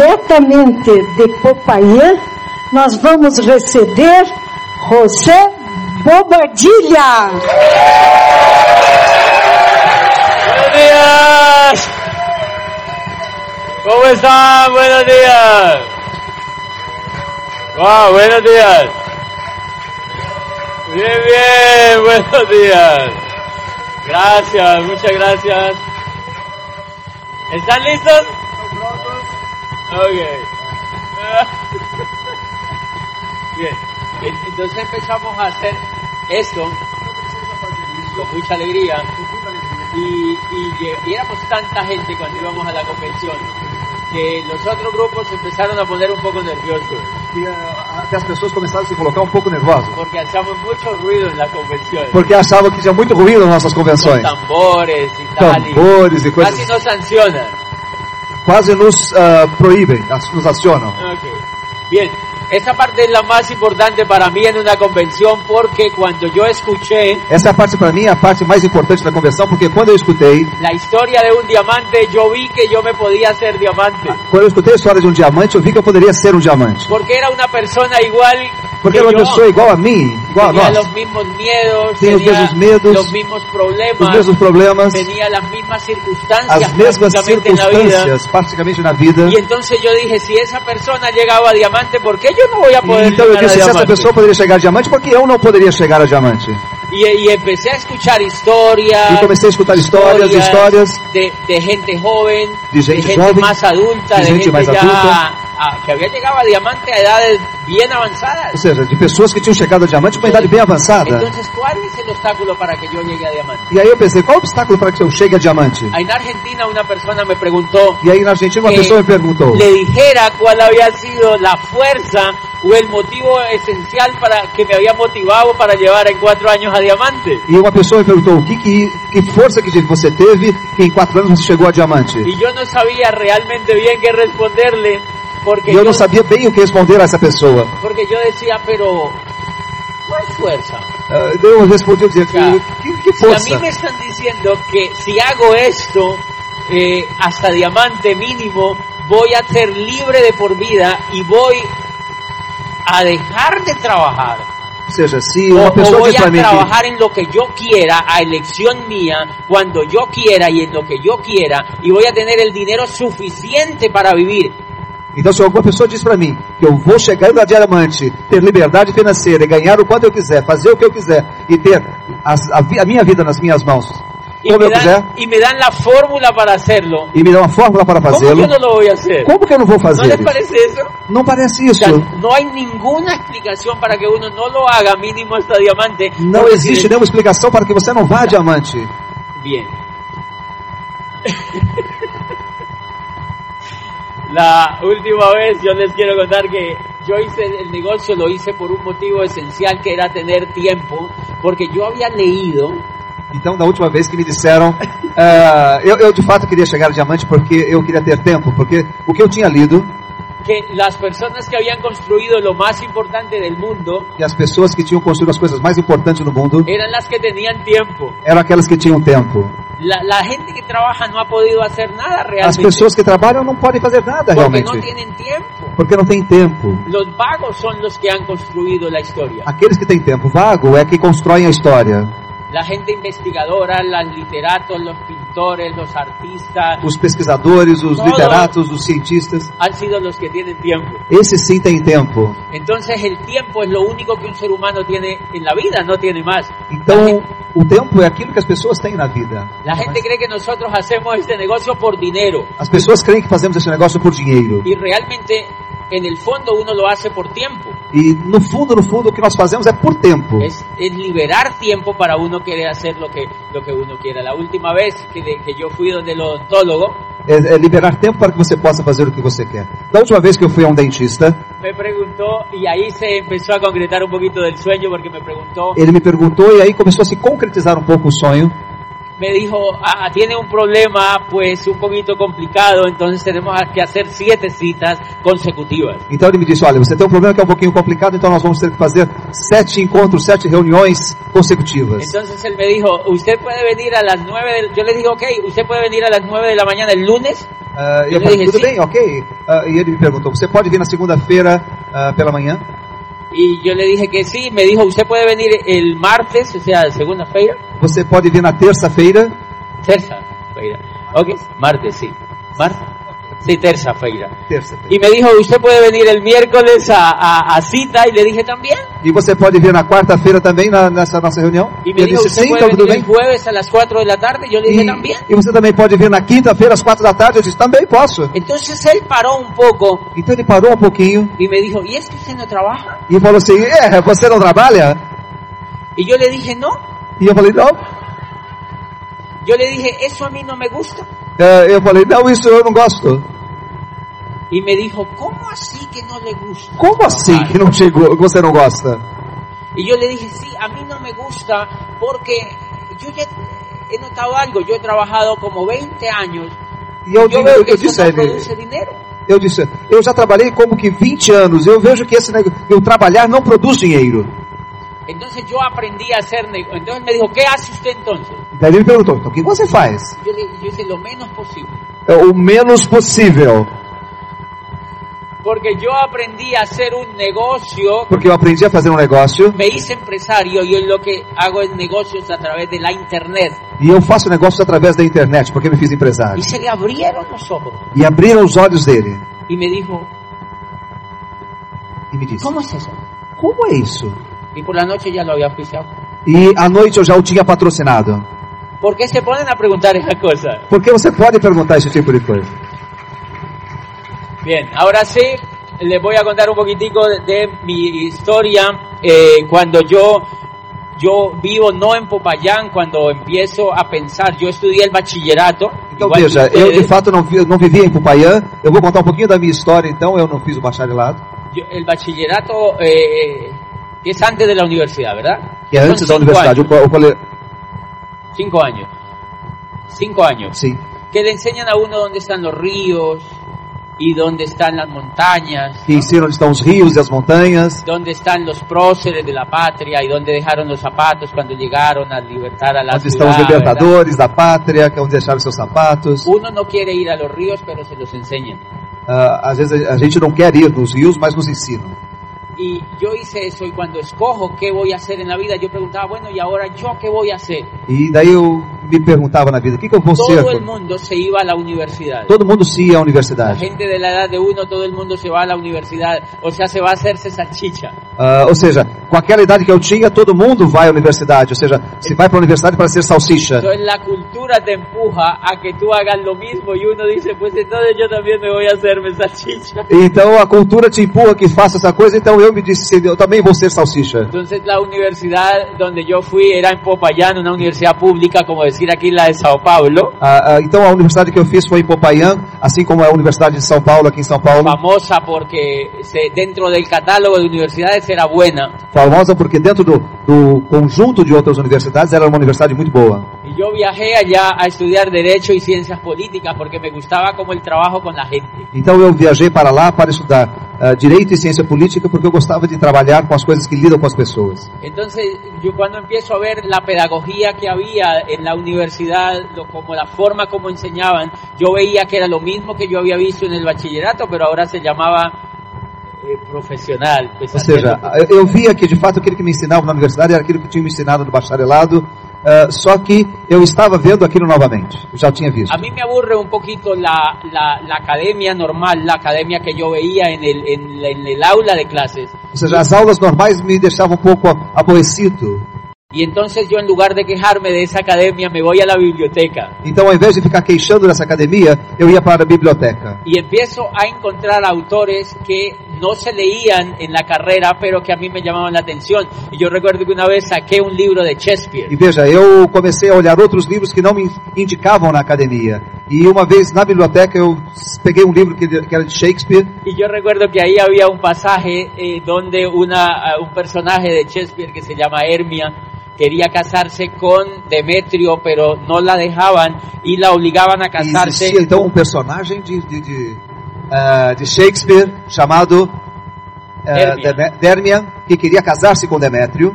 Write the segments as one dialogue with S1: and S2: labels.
S1: diretamente de Popayã, nós vamos receber José Bobadilha.
S2: Buenos días. ¿Cómo están? Buenos días. Wow, buenos días. Bien, bien, buenos días. Gracias, muchas gracias. ¿Están listos? Ok. Bien, en- entonces empezamos a hacer esto con mucha alegría y, y que viéramos tanta gente cuando íbamos a la convención que los otros grupos se empezaron a poner un poco nerviosos
S3: que, ah, que as pessoas começaram a se colocar um pouco nervosas,
S2: porque hacíamos mucho ruido en la convención.
S3: porque achavam que tinha muito ruído nas nossas
S2: Con
S3: convenções.
S2: tambores y tal. y
S3: Tambores e coisas
S2: casi nos sancionan.
S3: quase nos ah, proíbem, as- nos acionam.
S2: Bien, esta parte es la más importante para mí en una convención porque cuando yo escuché
S3: Essa é a parte para mim, a parte mais importante da convenção, porque quando eu escutei,
S2: la historia de un diamante, yo vi que yo me podía hacer diamante.
S3: quando eu escutei a história de um diamante, eu vi que eu poderia ser um diamante.
S2: Porque era una persona igual que
S3: Porque era uma
S2: yo.
S3: pessoa igual a mim, igual a
S2: tenía
S3: nós.
S2: los mismos miedos,
S3: Tenía los
S2: tenía
S3: mismos miedos,
S2: los mismos problemas,
S3: Os mesmos problemas,
S2: tenía las mismas circunstancias
S3: as mesmas
S2: prácticamente en la vida.
S3: circunstâncias, praticamente na vida.
S2: Y entonces yo dije, si esa persona llegaba a diamante, ¿por qué yo no voy a poder
S3: Então eu
S2: llegar a
S3: disse, se essa
S2: diamante?
S3: pessoa poderia chegar a diamante, porque eu não poderia chegar a diamante.
S2: Y, y empecé a escuchar historias.
S3: E comecei a escutar histórias, histórias,
S2: de, de gente joven,
S3: De gente
S2: gente
S3: joven,
S2: más adulta,
S3: de
S2: de,
S3: gente
S2: gente,
S3: más
S2: ya
S3: adulta.
S2: a- que había llegado a diamante a edades bien
S3: ou
S2: avanzadas.
S3: seja, de pessoas que tinham chegado a diamante com uma idade bem avançada.
S2: Entonces, ¿cuál es el obstáculo para que yo llegue a diamante?
S3: E aí eu pensei, qual o obstáculo para que eu chegue a diamante?
S2: En Argentina una persona me preguntó,
S3: E aí na Argentina uma
S2: Eh,
S3: pessoa me perguntou,
S2: le dijera cuál había sido la fuerza o el motivo esencial para que me había motivado para llevar en cuatro años a diamante.
S3: e uma pessoa me perguntou, o que, que, que força que você teve que em quatro anos você chegou a diamante?
S2: Y yo no sabía realmente bien qué responderle porque
S3: E eu não sabia bem o que responder a essa pessoa.
S2: porque yo decía, pero ¿cuál fuerza?
S3: Ah, Eu respondi dizendo, que, que
S2: Si a mí
S3: força?
S2: me están diciendo que si hago esto eh, hasta diamante mínimo, voy a ser libre de por vida y voy a dejar de trabajar.
S3: Ou seja, se
S2: O,
S3: uma
S2: o
S3: pessoa
S2: voy
S3: diz
S2: a
S3: para mim que
S2: trabajar en lo que yo quiera, a elección mía, cuando yo quiera y en lo que yo quiera, y voy a tener el dinero suficiente para vivir.
S3: Então, se alguma pessoa diz para mim que eu vou chegar na diamante, ter liberdade financeira, e ganhar o quanto eu quiser, fazer o que eu quiser e ter as- a, vi- a minha vida nas minhas mãos,
S2: Y
S3: como
S2: me
S3: eu quiser,
S2: dan, y me dan la fórmula para hacerlo.
S3: e me dá uma fórmula para
S2: ¿Cómo
S3: fazê-lo,
S2: yo no lo voy a hacer?
S3: como que eu não vou
S2: ¿No
S3: fazer
S2: les
S3: isso?
S2: parece eso?
S3: Não parece
S2: O
S3: isso.
S2: sea, no hay ninguna explicación para que uno no lo haga mínimo hasta diamante.
S3: Não
S2: porque
S3: existe
S2: si de-
S3: nenhuma explicação para que você não vá a diamante.
S2: Bien. La última vez yo les quiero contar que yo hice el negocio, lo hice por un motivo esencial que era tener tiempo, porque yo había leído
S3: Então, da última vez que me disseram, ah, eu, eu de fato queria chegar a diamante porque eu queria ter tempo, porque o que eu tinha lido,
S2: que las personas que habían construido lo más importante del mundo
S3: que as pessoas que tinham construído as coisas mais importantes no mundo
S2: eran las que tenían tiempo.
S3: eram aquelas que tinham tempo.
S2: La, la gente que trabaja no ha podido hacer nada
S3: As
S2: realmente.
S3: pessoas que trabalham não podem fazer nada
S2: É porque
S3: realmente,
S2: no tienen tiempo.
S3: porque não tem tempo.
S2: Los vagos son los que han construido la historia.
S3: Aqueles que têm tempo vago é que constroem a história.
S2: La gente investigadora, los literatos, los pintores, los artistas,
S3: Os pesquisadores, os
S2: Todos.
S3: literatos, os cientistas,
S2: han sido los que tienen tiempo.
S3: esses sim têm tempo.
S2: Entonces el tiempo es lo único que un ser humano tiene en la vida, no tiene más.
S3: Então, o tempo é aquilo que as pessoas têm na vida.
S2: La gente cree que nosotros hacemos este negocio por dinero
S3: As pessoas creem que fazemos esse negócio por dinheiro.
S2: y realmente en el fondo uno lo hace por tiempo.
S3: E no fundo, no fundo, o que nós fazemos é por tempo.
S2: Es, es liberar tiempo para uno querer hacer lo que, lo que uno quiera. La última vez que, de- que yo fui donde el odontólogo,
S3: É, é liberar tempo para que você possa fazer o que você quer. Da última vez que eu fui a um dentista,
S2: me preguntó y ahí se empezó a concretar
S3: Eh.
S2: un poquito del sueño porque me preguntó
S3: ele me perguntou e aí começou a se concretizar um pouco o sonho.
S2: me dijo, "Ah, tiene un problema pues un poquito complicado, entonces tenemos que hacer siete citas consecutivas.
S3: Então ele me disse: Olha, você tem um problema que é um pouquinho complicado, então nós vamos ter que fazer sete encontros, sete reuniões consecutivas.
S2: Entonces él me dijo, usted puede venir a las nueve, del-". yo le dije, ok, usted puede venir a las nueve de la mañana el lunes.
S3: Ah, e
S2: Então,
S3: eu
S2: Ele
S3: falei:
S2: disse
S3: Tudo bem, ok. Ah, e ele me perguntou: Você pode vir na segunda-feira ah, pela manhã?
S2: Y yo le dije que sí, me dijo, usted puede venir el martes, o sea, segunda feira,
S3: Você pode vir na terça-feira?
S2: tercera feira. Ok, martes, sí. Martes, sí, tercera feira.
S3: Terça-feira.
S2: Y me dijo, usted puede venir el miércoles a, a- a cita, y le dije también.
S3: E você pode vir na quarta-feira também na- nessa nossa reunião?
S2: Y me
S3: ele
S2: dijo,
S3: disse:
S2: usted
S3: Sim,
S2: puede
S3: então tudo
S2: venir
S3: bem.
S2: el jueves a las 4 de la tarde, yo le dije también.
S3: E, e você também pode vir na quinta-feira às quatro da tarde? Eu disse: Também posso.
S2: Entonces él paró un poco
S3: Então ele parou um pouquinho
S2: y me dijo, ¿y es que usted no trabaja?
S3: e falou assim: É, você não trabalha?
S2: Y yo le dije, no.
S3: E eu falei: Não.
S2: Yo le dije, eso a mí no me gusta.
S3: É, eu falei: Não, isso eu não gosto.
S2: Y me dijo, ¿cómo así que no le gusta?
S3: Como assim que não chegou, que você não gosta?
S2: Y yo le dije, sí, a mí no me gusta porque yo ya he notado algo, yo he trabajado como 20 años
S3: E
S2: y yo
S3: eu, digo-
S2: veo
S3: eu,
S2: que
S3: disse
S2: eso
S3: a
S2: no
S3: ele,
S2: produce dinero.
S3: eu disse, eu já trabalhei como que 20 anos, eu vejo que esse negócio, eu trabalhar não produz dinheiro.
S2: Entonces yo aprendí a hacer negocio. Entonces me dijo, ¿qué hace usted entonces?
S3: Daí ele me perguntou, então o que você faz?
S2: Yo le yo hice lo menos posible.
S3: É o menos possível,
S2: Porque yo aprendí a hacer un negocio,
S3: porque eu aprendi a fazer um negócio
S2: me hice empresario y hoy lo que hago es negocios a través de la internet.
S3: e eu faço negócios através da internet, porque me fiz
S2: Y
S3: empresário.
S2: se le abrieron los ojos
S3: E abriram os olhos dele
S2: y me dijo,
S3: e me disse,
S2: ¿cómo es eso?
S3: como é isso?
S2: Y por la noche ya lo había oficiado.
S3: E à noite eu já o tinha patrocinado.
S2: ¿Por qué se ponen a preguntar esas cosas?
S3: Porque você pode perguntar esse tipo de coisa.
S2: Bien, ahora sí, les voy a contar un poquitico de, de mi historia. Eh, cuando yo, yo vivo no en Popayán, cuando empiezo a pensar, yo estudié el bachillerato.
S3: Então
S2: igual que
S3: veja, eu de
S2: ustedes.
S3: fato não, vi, não vivia em Popayã, eu vou contar um pouquinho da minha história então, eu não fiz o bacharelado,
S2: Yo- el bachillerato eh, es antes de la universidad, ¿verdad?
S3: que é
S2: Son
S3: antes da
S2: cinco
S3: universidade, o,
S2: años,
S3: co- o cole...
S2: cinco años. Cinco años.
S3: sim,
S2: Que le enseñan a uno dónde están los ríos y dónde están las montañas.
S3: que ensina onde estão os rios e as montanhas,
S2: dónde están los próceres de la patria y dónde dejaron los zapatos cuando llegaron a libertar a la
S3: onde estão os
S2: ciudad, ¿verdad?
S3: libertadores da pátria, que é onde deixaram seus sapatos.
S2: Uno no quiere ir a los ríos, pero se los enseñan.
S3: Ah, às vezes a a gente não quer ir nos rios, mas nos ensinam.
S2: Y yo hice eso y cuando escojo qué voy a hacer en la vida, yo preguntaba, bueno, ¿y ahora yo qué voy a hacer?
S3: E daí eu me perguntava na vida, o que, que eu vou ser?
S2: Todo el
S3: quando-
S2: mundo se iba a la universidad.
S3: Todo mundo se ia à
S2: La
S3: universidade.
S2: gente de la edad de uno, todo el mundo se va a la universidad, o sea, se va a hacerse salchicha.
S3: Ah, ou seja, com aquela idade que eu tinha, todo mundo vai à universidade. Ou seja, se vai para a universidade para ser salsicha.
S2: Entonces la cultura te empuja a que tú hagas lo mismo y uno dice, pues entonces yo también me voy a hacerme salchicha.
S3: Então a cultura te empurra que faça essa coisa, então eu me disse, "Sim, eu também vou ser salsicha.
S2: Entonces la universidad donde yo fui era en Popayán, una universidad pública, como decir aquí la de Sao Paulo,
S3: Ah, ah, então a universidade que eu fiz foi em Popayán, assim como a Universidade de São Paulo, aqui em São Paulo,
S2: famosa porque se- dentro del catálogo de universidades era buena.
S3: famosa porque dentro do, do conjunto de outras universidades era uma universidade muito boa.
S2: Y yo viajé allá a estudiar Derecho y Ciencias Políticas porque me gustaba como el trabajo con la gente.
S3: Então eu viajei para lá para estudar ah, Direito e Ciência Política porque eu gostava de trabalhar com as coisas que lidam com as pessoas.
S2: Entonces yo cuando empiezo a ver la pedagogía que había en la universidad, lo- como la forma como enseñaban, yo veía que era lo mismo que yo había visto en el bachillerato, pero ahora se llamaba eh, profesional. pues,
S3: Ou seja,
S2: haciendo-
S3: eu- eu via que de fato aquilo que me ensinavam na universidade era aquilo que tinham me ensinado no bacharelado, ah, só que eu estava vendo aquilo novamente, eu já tinha visto.
S2: A mí me aburre un poquito la, la, la academia normal, la academia que yo veía en el, en, la- en el aula de clases.
S3: Ou seja, as aulas normais me deixavam um pouco aborrecido.
S2: Y entonces yo en lugar de quejarme de esa academia me voy a la biblioteca
S3: Então, ao invés de ficar queixando dessa academia, eu ia para a biblioteca.
S2: y empiezo a encontrar autores que no se leían en la carrera pero que a mí me llamaban la atención. Y yo recuerdo que una vez saqué un libro de
S3: E
S2: Shakespeare.
S3: veja, eu comecei a olhar outros livros que não me indicavam na academia. E uma vez na biblioteca eu peguei um livro que, que era de Shakespeare.
S2: Y yo recuerdo que ahí había un pasaje eh, donde una, ah, un personaje de Shakespeare que se llama Hermia quería casarse con Demetrio, pero no la dejaban y la obligaban a
S3: E existia
S2: casarse.
S3: então um personagem de, de, de, ah, de Shakespeare chamado ah,
S2: Dérmia.
S3: Deme- Dérmia, que queria casar-se com Demétrio.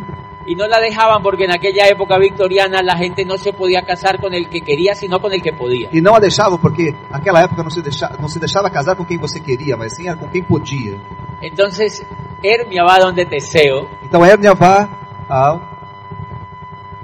S2: Y no la dejaban porque en aquella época victoriana la gente no se podía casar con el que quería, sino con el que podía.
S3: E não a deixavam, porque naquela época não se, deixa, não se deixava casar com quem você queria, mas sim era com quem podia.
S2: Entonces Hermia va donde Teseo,
S3: Então Hérmia vá ao,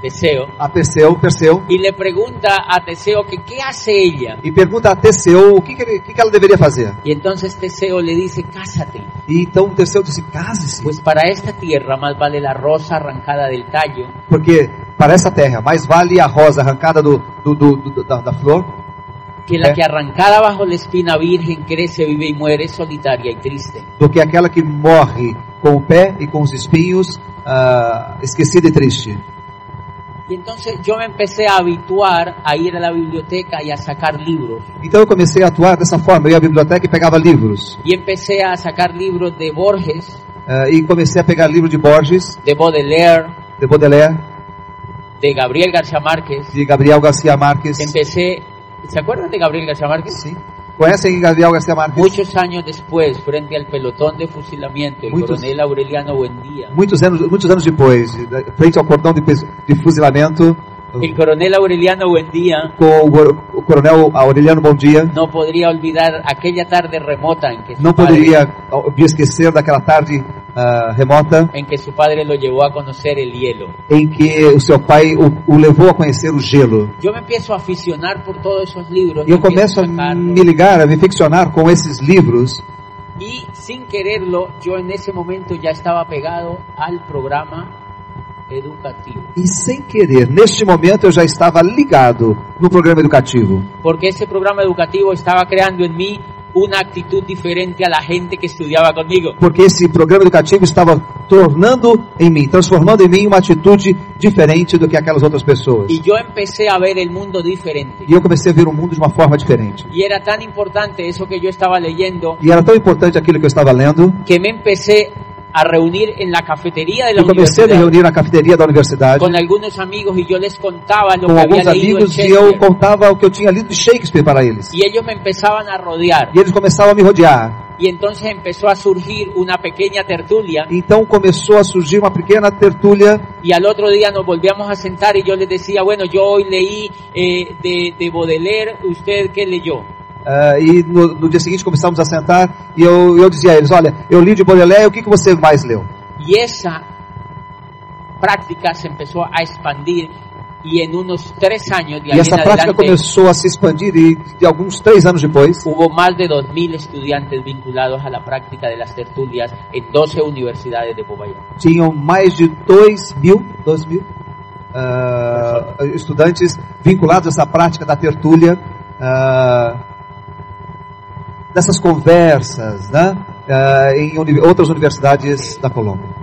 S2: Teseo,
S3: a Perseu, Perseu
S2: y le pregunta a Teseo que qué hace ella.
S3: e pergunta a Teseu o que, que, ele- o que, que ela deveria fazer.
S2: Y entonces Teseo le dice, cásate,
S3: E então Teseu disse: case-se,
S2: pues para esta tierra más vale la rosa arrancada del tallo
S3: porque para essa terra mais vale a rosa arrancada do, do, do, do- da, da flor
S2: que la que arrancada bajo la espina virgen crece, vive y muere solitaria y triste.
S3: do que aquela que morre com o pé e com os espinhos, ah, esquecida e triste.
S2: Y entonces yo me empecé a habituar a ir a la biblioteca y a sacar libros.
S3: Então eu comecei a atuar dessa forma. Eu ia à biblioteca e pegava livros.
S2: Y empecé a sacar libros de Borges,
S3: Ah, e comecei a pegar livro de Borges,
S2: de Baudelaire,
S3: de Baudelaire,
S2: de Gabriel García Márquez.
S3: de Gabriel Garcia Marques.
S2: Empecé, ¿se acuerdan de Gabriel García Márquez?
S3: Sim. Conhecem Gabriel Garcia Marques?
S2: Muchos años después, frente al pelotón de fusilamiento, el
S3: Muchos.
S2: coronel Aureliano Buendía.
S3: Muitos anos, muitos anos depois, da- frente ao cordão de, pes- de fuzilamento,
S2: El coronel Aureliano Buendía
S3: com o, gor- o coronel Aureliano Bom Dia,
S2: no podría olvidar aquela tarde remota en que su,
S3: não
S2: padre,
S3: poderia ó, me esquecer daquela tarde ah, remota
S2: en que su padre lo llevó a conocer el hielo.
S3: em que o seu pai o, o levou a conhecer o gelo.
S2: Yo me empiezo a aficionar por todos esos libros.
S3: E eu
S2: empiezo
S3: começo a
S2: sacarlos,
S3: me ligar, a me ficcionar com esses livros,
S2: y sin quererlo, yo en ese momento ya estaba pegado al programa educativo.
S3: e sem querer, neste momento eu já estava ligado no programa educativo,
S2: Porque ese programa educativo estaba creando en mí una actitud diferente a la gente que estudiaba conmigo.
S3: porque esse programa educativo estava tornando em mim, transformando em mim uma atitude diferente do que aquelas outras pessoas.
S2: Y yo empecé a ver el mundo diferente.
S3: E eu comecei a ver o mundo de uma forma diferente.
S2: Y era tan importante eso que yo estaba leyendo
S3: E era tão importante aquilo que eu estava lendo,
S2: que me empecé a reunir en la cafetería de la
S3: eu comecei a me
S2: universidad
S3: reunir na cafeteria da universidade
S2: con algunos amigos y yo les contaba lo
S3: com
S2: que había
S3: alguns
S2: leído en
S3: amigos e eu
S2: Shakespeare.
S3: contava o que eu tinha lido de Shakespeare para eles.
S2: Y ellos me empezaban a rodear.
S3: E eles começavam a me rodear.
S2: Y entonces empezó a surgir una pequeña tertulia.
S3: Então começou a surgir uma pequena tertúlia
S2: Y al otro día nos volvíamos a sentar y yo les decía, bueno, yo hoy leí eh, de, de Baudelaire, ¿usted qué leyó?
S3: ah, e no, no dia seguinte começamos a sentar e eu, eu dizia a eles, olha, eu li de Baudelaire, o que, que você mais leu?
S2: Y esa práctica se empezó a expandir y en unos tres años de
S3: E
S2: ahí
S3: essa
S2: en
S3: prática
S2: adelante
S3: começou a se expandir e de alguns três anos depois,
S2: hubo más de 2.000 estudiantes vinculados a la práctica de las tertulias en 12 universidades de Popayán.
S3: tinham mais de dois mil, dois mil ah, estudantes vinculados a essa prática da tertúlia, ah, dessas conversas, né? ah, em uni- outras universidades da Colômbia.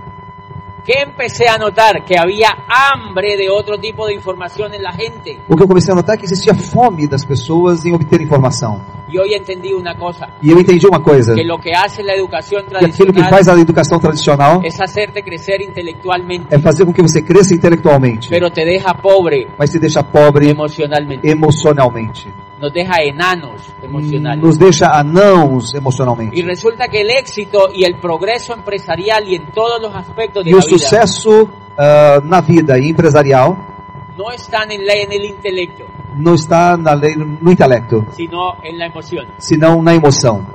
S2: ¿Qué empecé a notar? Que había hambre de otro tipo de información en la gente.
S3: O que eu comecei a notar é que existia fome das pessoas em obter informação.
S2: Y hoy entendí una cosa,
S3: E eu entendi uma coisa,
S2: que
S3: que
S2: lo que hace la educación
S3: aquilo que
S2: tradicional
S3: faz a educação tradicional
S2: es hacerte crecer intelectualmente,
S3: é fazer com que você cresça intelectualmente,
S2: pero te deja pobre
S3: mas te deixa pobre
S2: emocionalmente,
S3: emocionalmente.
S2: nos deja enanos emocionales.
S3: Nos deixa anãos
S2: Y
S3: emocionalmente.
S2: resulta que el éxito y el progreso empresarial y en todos los aspectos de
S3: E
S2: la
S3: o
S2: vida
S3: sucesso ah, na vida e empresarial
S2: no están en, la- en el intelecto,
S3: não está na lei, no intelecto,
S2: sino en la emoción.
S3: senão na emoção.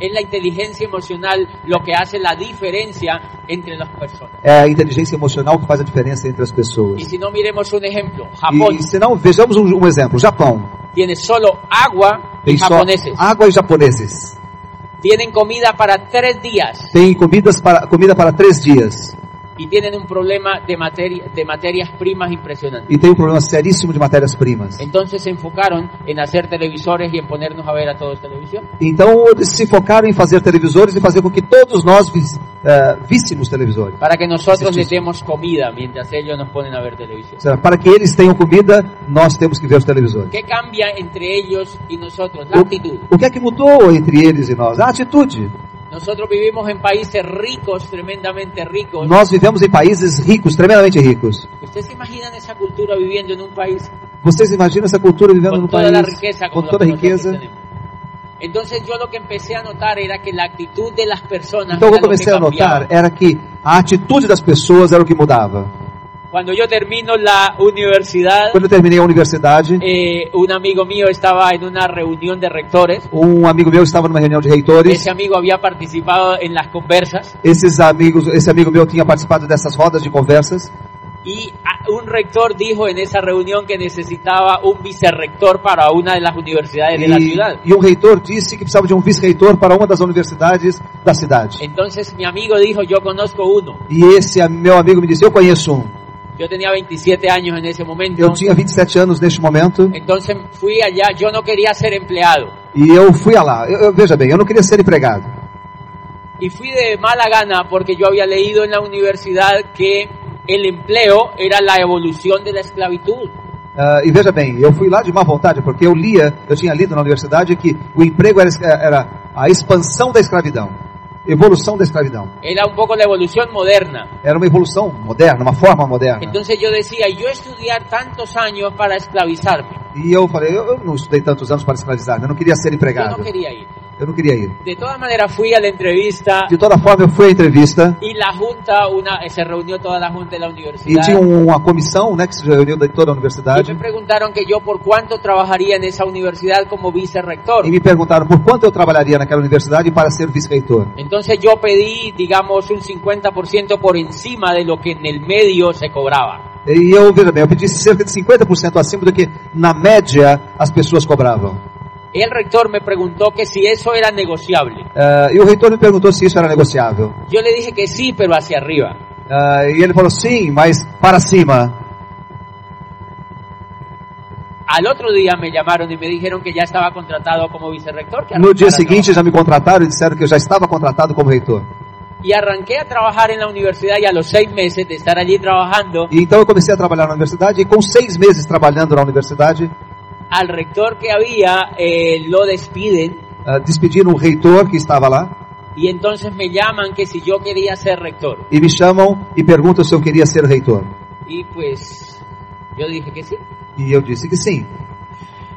S2: Es la inteligencia emocional lo que hace la diferencia entre las personas.
S3: É a inteligência emocional que faz a diferença entre as
S2: Y
S3: pessoas.
S2: si no miremos un ejemplo, Japón
S3: E, se não, vejamos um, um exemplo. Japão
S2: tiene solo agua y
S3: tem só
S2: japoneses.
S3: água e japoneses.
S2: Tienen comida para tres días
S3: tem comidas para, comida para três dias
S2: y tienen un problema de, materia, de materias primas impresionante.
S3: e tem um problema seríssimo de matérias-primas.
S2: Entonces se enfocaron en hacer televisores y en ponernos a ver a todos televisión.
S3: Então eles se focaram em fazer televisores e fazer com que todos nós vis, eh, víssemos televisores.
S2: Para que nosotros
S3: Sí, sí,
S2: les
S3: sí.
S2: demos comida mientras ellos nos ponen a ver televisión.
S3: Será? Para que eles tenham comida, nós temos que ver os televisores.
S2: ¿Qué cambia entre ellos y nosotros? La actitud.
S3: O que é que mudou entre eles e nós? A atitude.
S2: Nosotros vivimos en países ricos, tremendamente ricos.
S3: Nós vivemos em países ricos, tremendamente ricos.
S2: ¿Ustedes se imaginan esa cultura viviendo en un país
S3: Vocês imaginam essa cultura vivendo
S2: con
S3: no
S2: toda la
S3: país
S2: riqueza
S3: com
S2: como
S3: toda a
S2: la que nosotros
S3: riqueza?
S2: tenemos? Entonces yo lo que empecé a notar era que la actitud de las personas
S3: Então o
S2: era
S3: que
S2: lo
S3: eu
S2: que
S3: comecei a
S2: cambiaba.
S3: notar eh. era que a atitude das pessoas era o que mudava.
S2: Cuando yo termino la universidad,
S3: Quando eu terminei a universidade,
S2: eh, un amigo mío estaba en una reunión de rectores.
S3: um amigo meu estava numa reunião de reitores.
S2: Ese amigo había participado en las conversas
S3: Esses amigos, esse amigo meu tinha participado dessas rodas de conversas
S2: y ah, un rector dijo en esa reunión que necesitaba un vicerrector para una de las universidades É de la
S3: e,
S2: ciudad.
S3: e um reitor disse que precisava de um vice-reitor para uma das universidades da cidade.
S2: Entonces mi amigo dijo, yo conozco uno.
S3: E esse a- meu amigo me disse: Eu conheço um.
S2: Yo tenía 27 años en esse momento.
S3: Eu tinha 27 anos neste momento
S2: Entonces fui allá, yo no quería ser empleado.
S3: e eu fui a lá. Eu, eu- veja bem, eu não queria ser empregado.
S2: Y fui de mala gana porque yo había leído en la universidad que el empleo era la evolución de la esclavitud.
S3: Ah, e veja bem, eu fui lá de má vontade, porque eu lia, eu tinha lido na universidade que o emprego era, era a expansão da escravidão, evolução da escravidão.
S2: Era un poco la evolución moderna.
S3: Era uma evolução moderna, uma forma moderna.
S2: Entonces yo decía, yo estudiar tantos años para esclavizarme.
S3: E eu falei, eu, eu não estudei tantos anos para escravizar, eu não queria ser
S2: Yo
S3: empregado,
S2: no quería ir.
S3: eu não queria ir.
S2: De todas maneras fui a la entrevista
S3: De toda forma, eu fui à entrevista
S2: y la junta, una, se reunió toda la junta de la
S3: e
S2: universidad.
S3: tinha uma comissão né, que se reuniu de toda a
S2: Y me
S3: universidade
S2: preguntaron que yo por cuánto trabajaría en esa universidad como vicerrector.
S3: e me perguntaram por quanto eu trabalharia naquela universidade para ser vice-reitor.
S2: Entonces yo pedí, digamos, un 50% por encima de lo que en el medio se cobraba.
S3: E eu, veja bem, eu pedi cerca de 50% acima do que, na média, as pessoas cobravam.
S2: El rector me preguntó que si eso era negociable.
S3: Ah, e o reitor me perguntou se isso era negociável.
S2: Yo le dije que sí, pero hacia arriba.
S3: Ah, e ele falou sim, mas para cima.
S2: Al otro día me llamaron y me dijeron que ya estaba contratado como vicerrector. que
S3: No dia
S2: arrancara a
S3: seguinte já me contrataram e disseram que eu já estava contratado como reitor.
S2: trabajar. Y arranqué a trabajar en la universidad y a los seis meses de estar allí trabajando,
S3: E então eu comecei a trabalhar na universidade e com seis meses trabalhando na universidade,
S2: al rector que había eh, lo despiden
S3: ah, despediram o reitor que estava lá
S2: y entonces me llaman que si yo quería ser rector.
S3: e me chamam e perguntam se eu queria ser reitor.
S2: Y pues yo dije que sí.
S3: E eu disse que sim.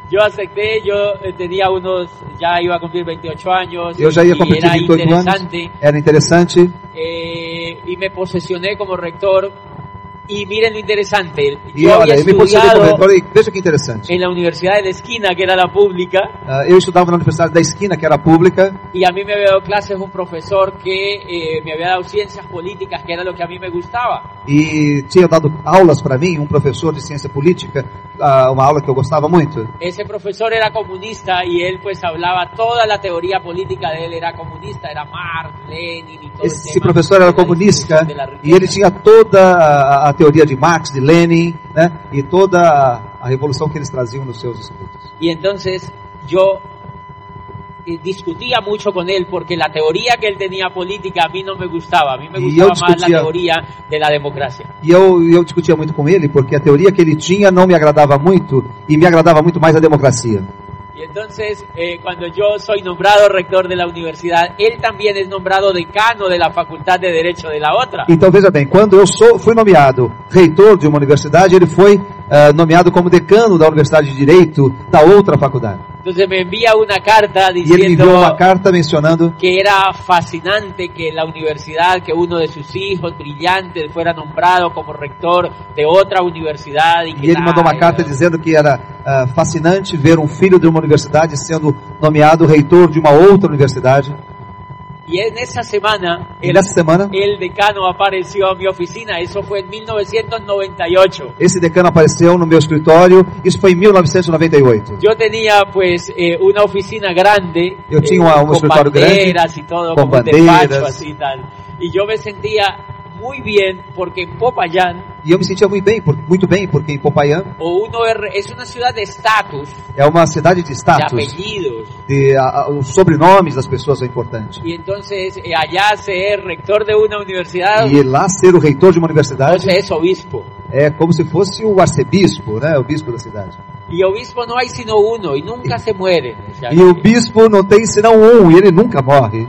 S2: Yo acepté, yo eh, tenía unos, ya iba a cumplir 28 años,
S3: Eu já ia
S2: y
S3: completar
S2: era
S3: 28 anos.
S2: interesante,
S3: Era interessante.
S2: eh, y me posesioné como rector, y miren lo interesante,
S3: E
S2: yo
S3: olha,
S2: había
S3: eu me posicionei como
S2: estudiado
S3: reitor e veja que interessante.
S2: en la Universidad de la Esquina, que era la pública,
S3: Ah, eu estudava na universidade da esquina, que era pública,
S2: y a mí me había dado clases un profesor que eh, me había dado ciencias políticas, que era lo que a mí me gustaba,
S3: e tinha dado aulas para mim, um professor de ciência política, ah, uma aula que eu gostava muito.
S2: ese profesor era comunista y él pues hablaba toda la teoria política de él era comunista, era Marx, Lenin y todo el
S3: Esse
S2: tema
S3: professor era
S2: de la
S3: comunista
S2: distribución de la
S3: e ele
S2: riqueza.
S3: tinha toda a, a teoria de Marx, de Lenin, né, e toda a, a revolução que eles traziam nos seus escritos.
S2: Y entonces yo eh, discutía mucho con él porque la teoría que él tenía política a mí no me gustaba. A mí me
S3: Y
S2: gustaba
S3: yo
S2: más la
S3: discutía.
S2: teoría de la democracia.
S3: E eu, eu discutia muito com ele porque a teoria que ele tinha não me agradava muito e me agradava muito mais a democracia.
S2: Y entonces eh, cuando yo soy nombrado rector de la universidad, él también es nombrado decano de la Facultad de Derecho de la otra.
S3: Então veja bem, quando eu sou, fui nomeado reitor de uma universidade, ele foi ah, nomeado como decano da Universidade de Direito da outra faculdade.
S2: Entonces me envía una carta
S3: E ele me enviou uma
S2: diciendo
S3: carta mencionando
S2: que era fascinante que la universidad, que uno de sus hijos brillantes fuera nombrado como rector de otra universidad. Y, que
S3: E ele mandou uma
S2: tal,
S3: carta
S2: ¿no?
S3: dizendo que era ah, fascinante ver um filho de uma universidade sendo nomeado reitor de uma outra universidade.
S2: Y en esa semana
S3: E
S2: el,
S3: nessa semana,
S2: el decano apareció a mi oficina, eso fue en 1998.
S3: esse decano apareceu no meu escritório. Isso foi em 1998.
S2: Yo tenía pues eh, una oficina grande,
S3: Yo
S2: eh,
S3: tenía un
S2: con
S3: escritorio grande,
S2: banderas y todo,
S3: con
S2: como un despacho
S3: banderas.
S2: así y tal. Y yo me sentía muy bien porque en Popayán,
S3: E eu me sentia muito bem, por- muito bem, porque em Popayán
S2: o uno er- es una ciudad de estatus,
S3: é uma cidade de
S2: de
S3: status.
S2: apellidos.
S3: De, a- a- os sobrenomes das pessoas é importante.
S2: Y entonces eh, allá se es rector de una universidad,
S3: E lá ser o reitor de uma
S2: o
S3: universidade
S2: se es obispo.
S3: Então, é como se fosse o arcebispo, né? O bispo da cidade.
S2: Y obispo no hay sino uno y nunca se muere. O sea
S3: E o
S2: que-
S3: bispo não tem senão um, e ele nunca morre.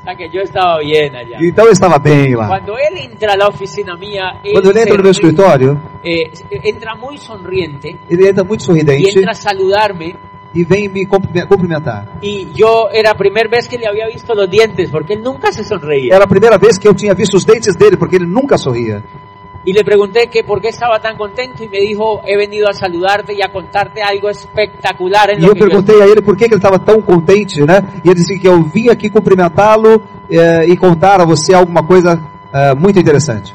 S2: O sea que yo estaba bien allá.
S3: Então eu estava bem lá.
S2: Cuando él entra a la oficina mía, él
S3: Quando ele
S2: se
S3: entra no
S2: ríe,
S3: meu escritório,
S2: eh, entra muy sonriente
S3: ele entra muito
S2: y
S3: sorridente
S2: entra a saludarme.
S3: e vem me cumprime- cumprimentar.
S2: Y yo era la primera vez que le había visto los dientes, porque él nunca se sonreía.
S3: Era a primeira vez que eu tinha visto os dentes dele, porque ele nunca sorria.
S2: Y le pregunté que por qué estaba tan contento y me dijo, he venido a saludarte y a contarte algo espectacular en
S3: E
S2: lo
S3: eu
S2: que yo
S3: perguntei a ele por que, que ele estava tão contente, né? E ele disse que eu vim aqui cumprimentá-lo eh, e contar a você alguma coisa eh, muito interessante.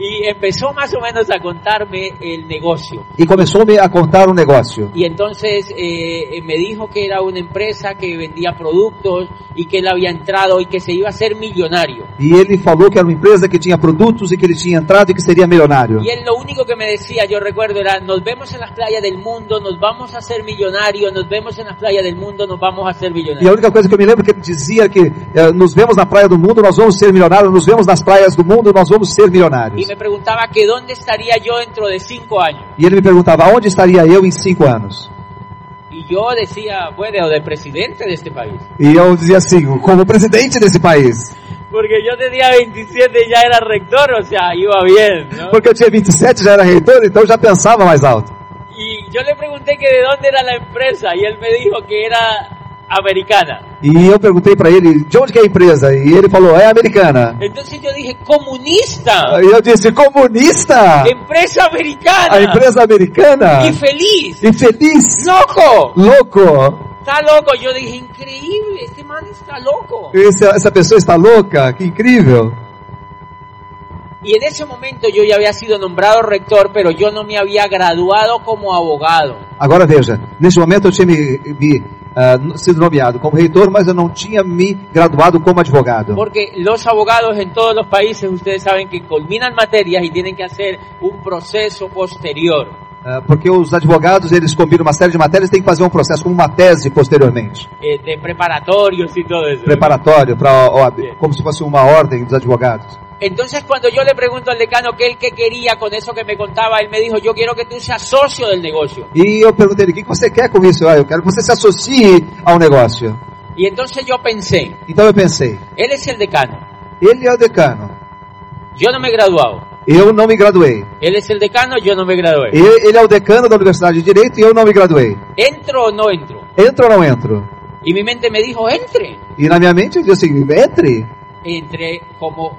S2: Y empezó más o menos a contarme el negocio.
S3: E começou-me a contar um negócio.
S2: Y entonces eh, me dijo que era una empresa que vendía productos y que él había entrado y que se iba a ser millonario.
S3: E ele falou que era uma empresa que tinha produtos e que ele tinha entrado e que seria milionário.
S2: Y él lo único que me decía, yo recuerdo, era, nos vemos en las playas del mundo, nos vamos a ser millonarios, nos vemos en las playas del mundo, nos vamos a ser
S3: E a
S2: millonarios.
S3: única coisa que eu me lembro é que ele dizia que eh, nos vemos na praia do mundo, nós vamos ser milionários, nos vemos nas praias do mundo, nós vamos ser
S2: Y
S3: milionários.
S2: me preguntaba que dónde estaría yo dentro de cinco años.
S3: E ele me perguntava onde estaria eu em cinco anos.
S2: Y yo decía, bueno, de presidente de este país.
S3: E eu dizia assim, como presidente desse país.
S2: Porque yo tenía 27 y ya era rector, o sea, iba bien, ¿no?
S3: Porque eu tinha 27, já era reitor, então já pensava mais alto.
S2: Y yo le pregunté que de dónde era la empresa y él me dijo que era americana.
S3: E eu perguntei pra ele, de onde que é a empresa? E ele falou, é americana.
S2: Entonces yo dije, comunista,
S3: E eu disse, comunista?
S2: empresa
S3: A
S2: americana
S3: empresa americana?
S2: y feliz.
S3: Infeliz?
S2: ¡Loco!
S3: Louco?
S2: Está loco. Yo dije, increíble, este man está loco.
S3: Esse- essa pessoa está louca? Que incrível.
S2: Y en ese momento yo ya había sido nombrado rector, pero yo no me había graduado como abogado.
S3: Agora veja, neste momento eu tinha me, me, ah, sido nomeado como reitor, mas eu não tinha me graduado como advogado.
S2: Porque los abogados en todos los países, ustedes saben que culminan materias y tienen que hacer un proceso posterior.
S3: Ah, porque os advogados, eles combinam uma série de matérias e tem que fazer um processo como uma tese posteriormente.
S2: eh, de preparatorios y todo eso.
S3: Preparatório para a OAB, como se fosse uma ordem dos advogados.
S2: Entonces cuando yo le pregunto al decano qué él que quería con eso que me contaba, él me dijo, yo quiero que tú seas socio del negocio.
S3: E eu perguntei ele, o que que você quer com isso? Ah, eu quero que você se associe ao negócio.
S2: Y entonces yo pensé,
S3: Então eu pensei,
S2: él es el decano,
S3: ele é o decano,
S2: yo no me he graduado.
S3: eu não me graduei.
S2: Él es el decano, yo no me gradué.
S3: E- Ele é o decano da Universidade de Direito e eu não me graduei.
S2: ¿Entro o no entro?
S3: Entro ou não entro?
S2: Y mi mente me dijo, entre,
S3: E na minha mente eu disse assim, entre.
S2: entré como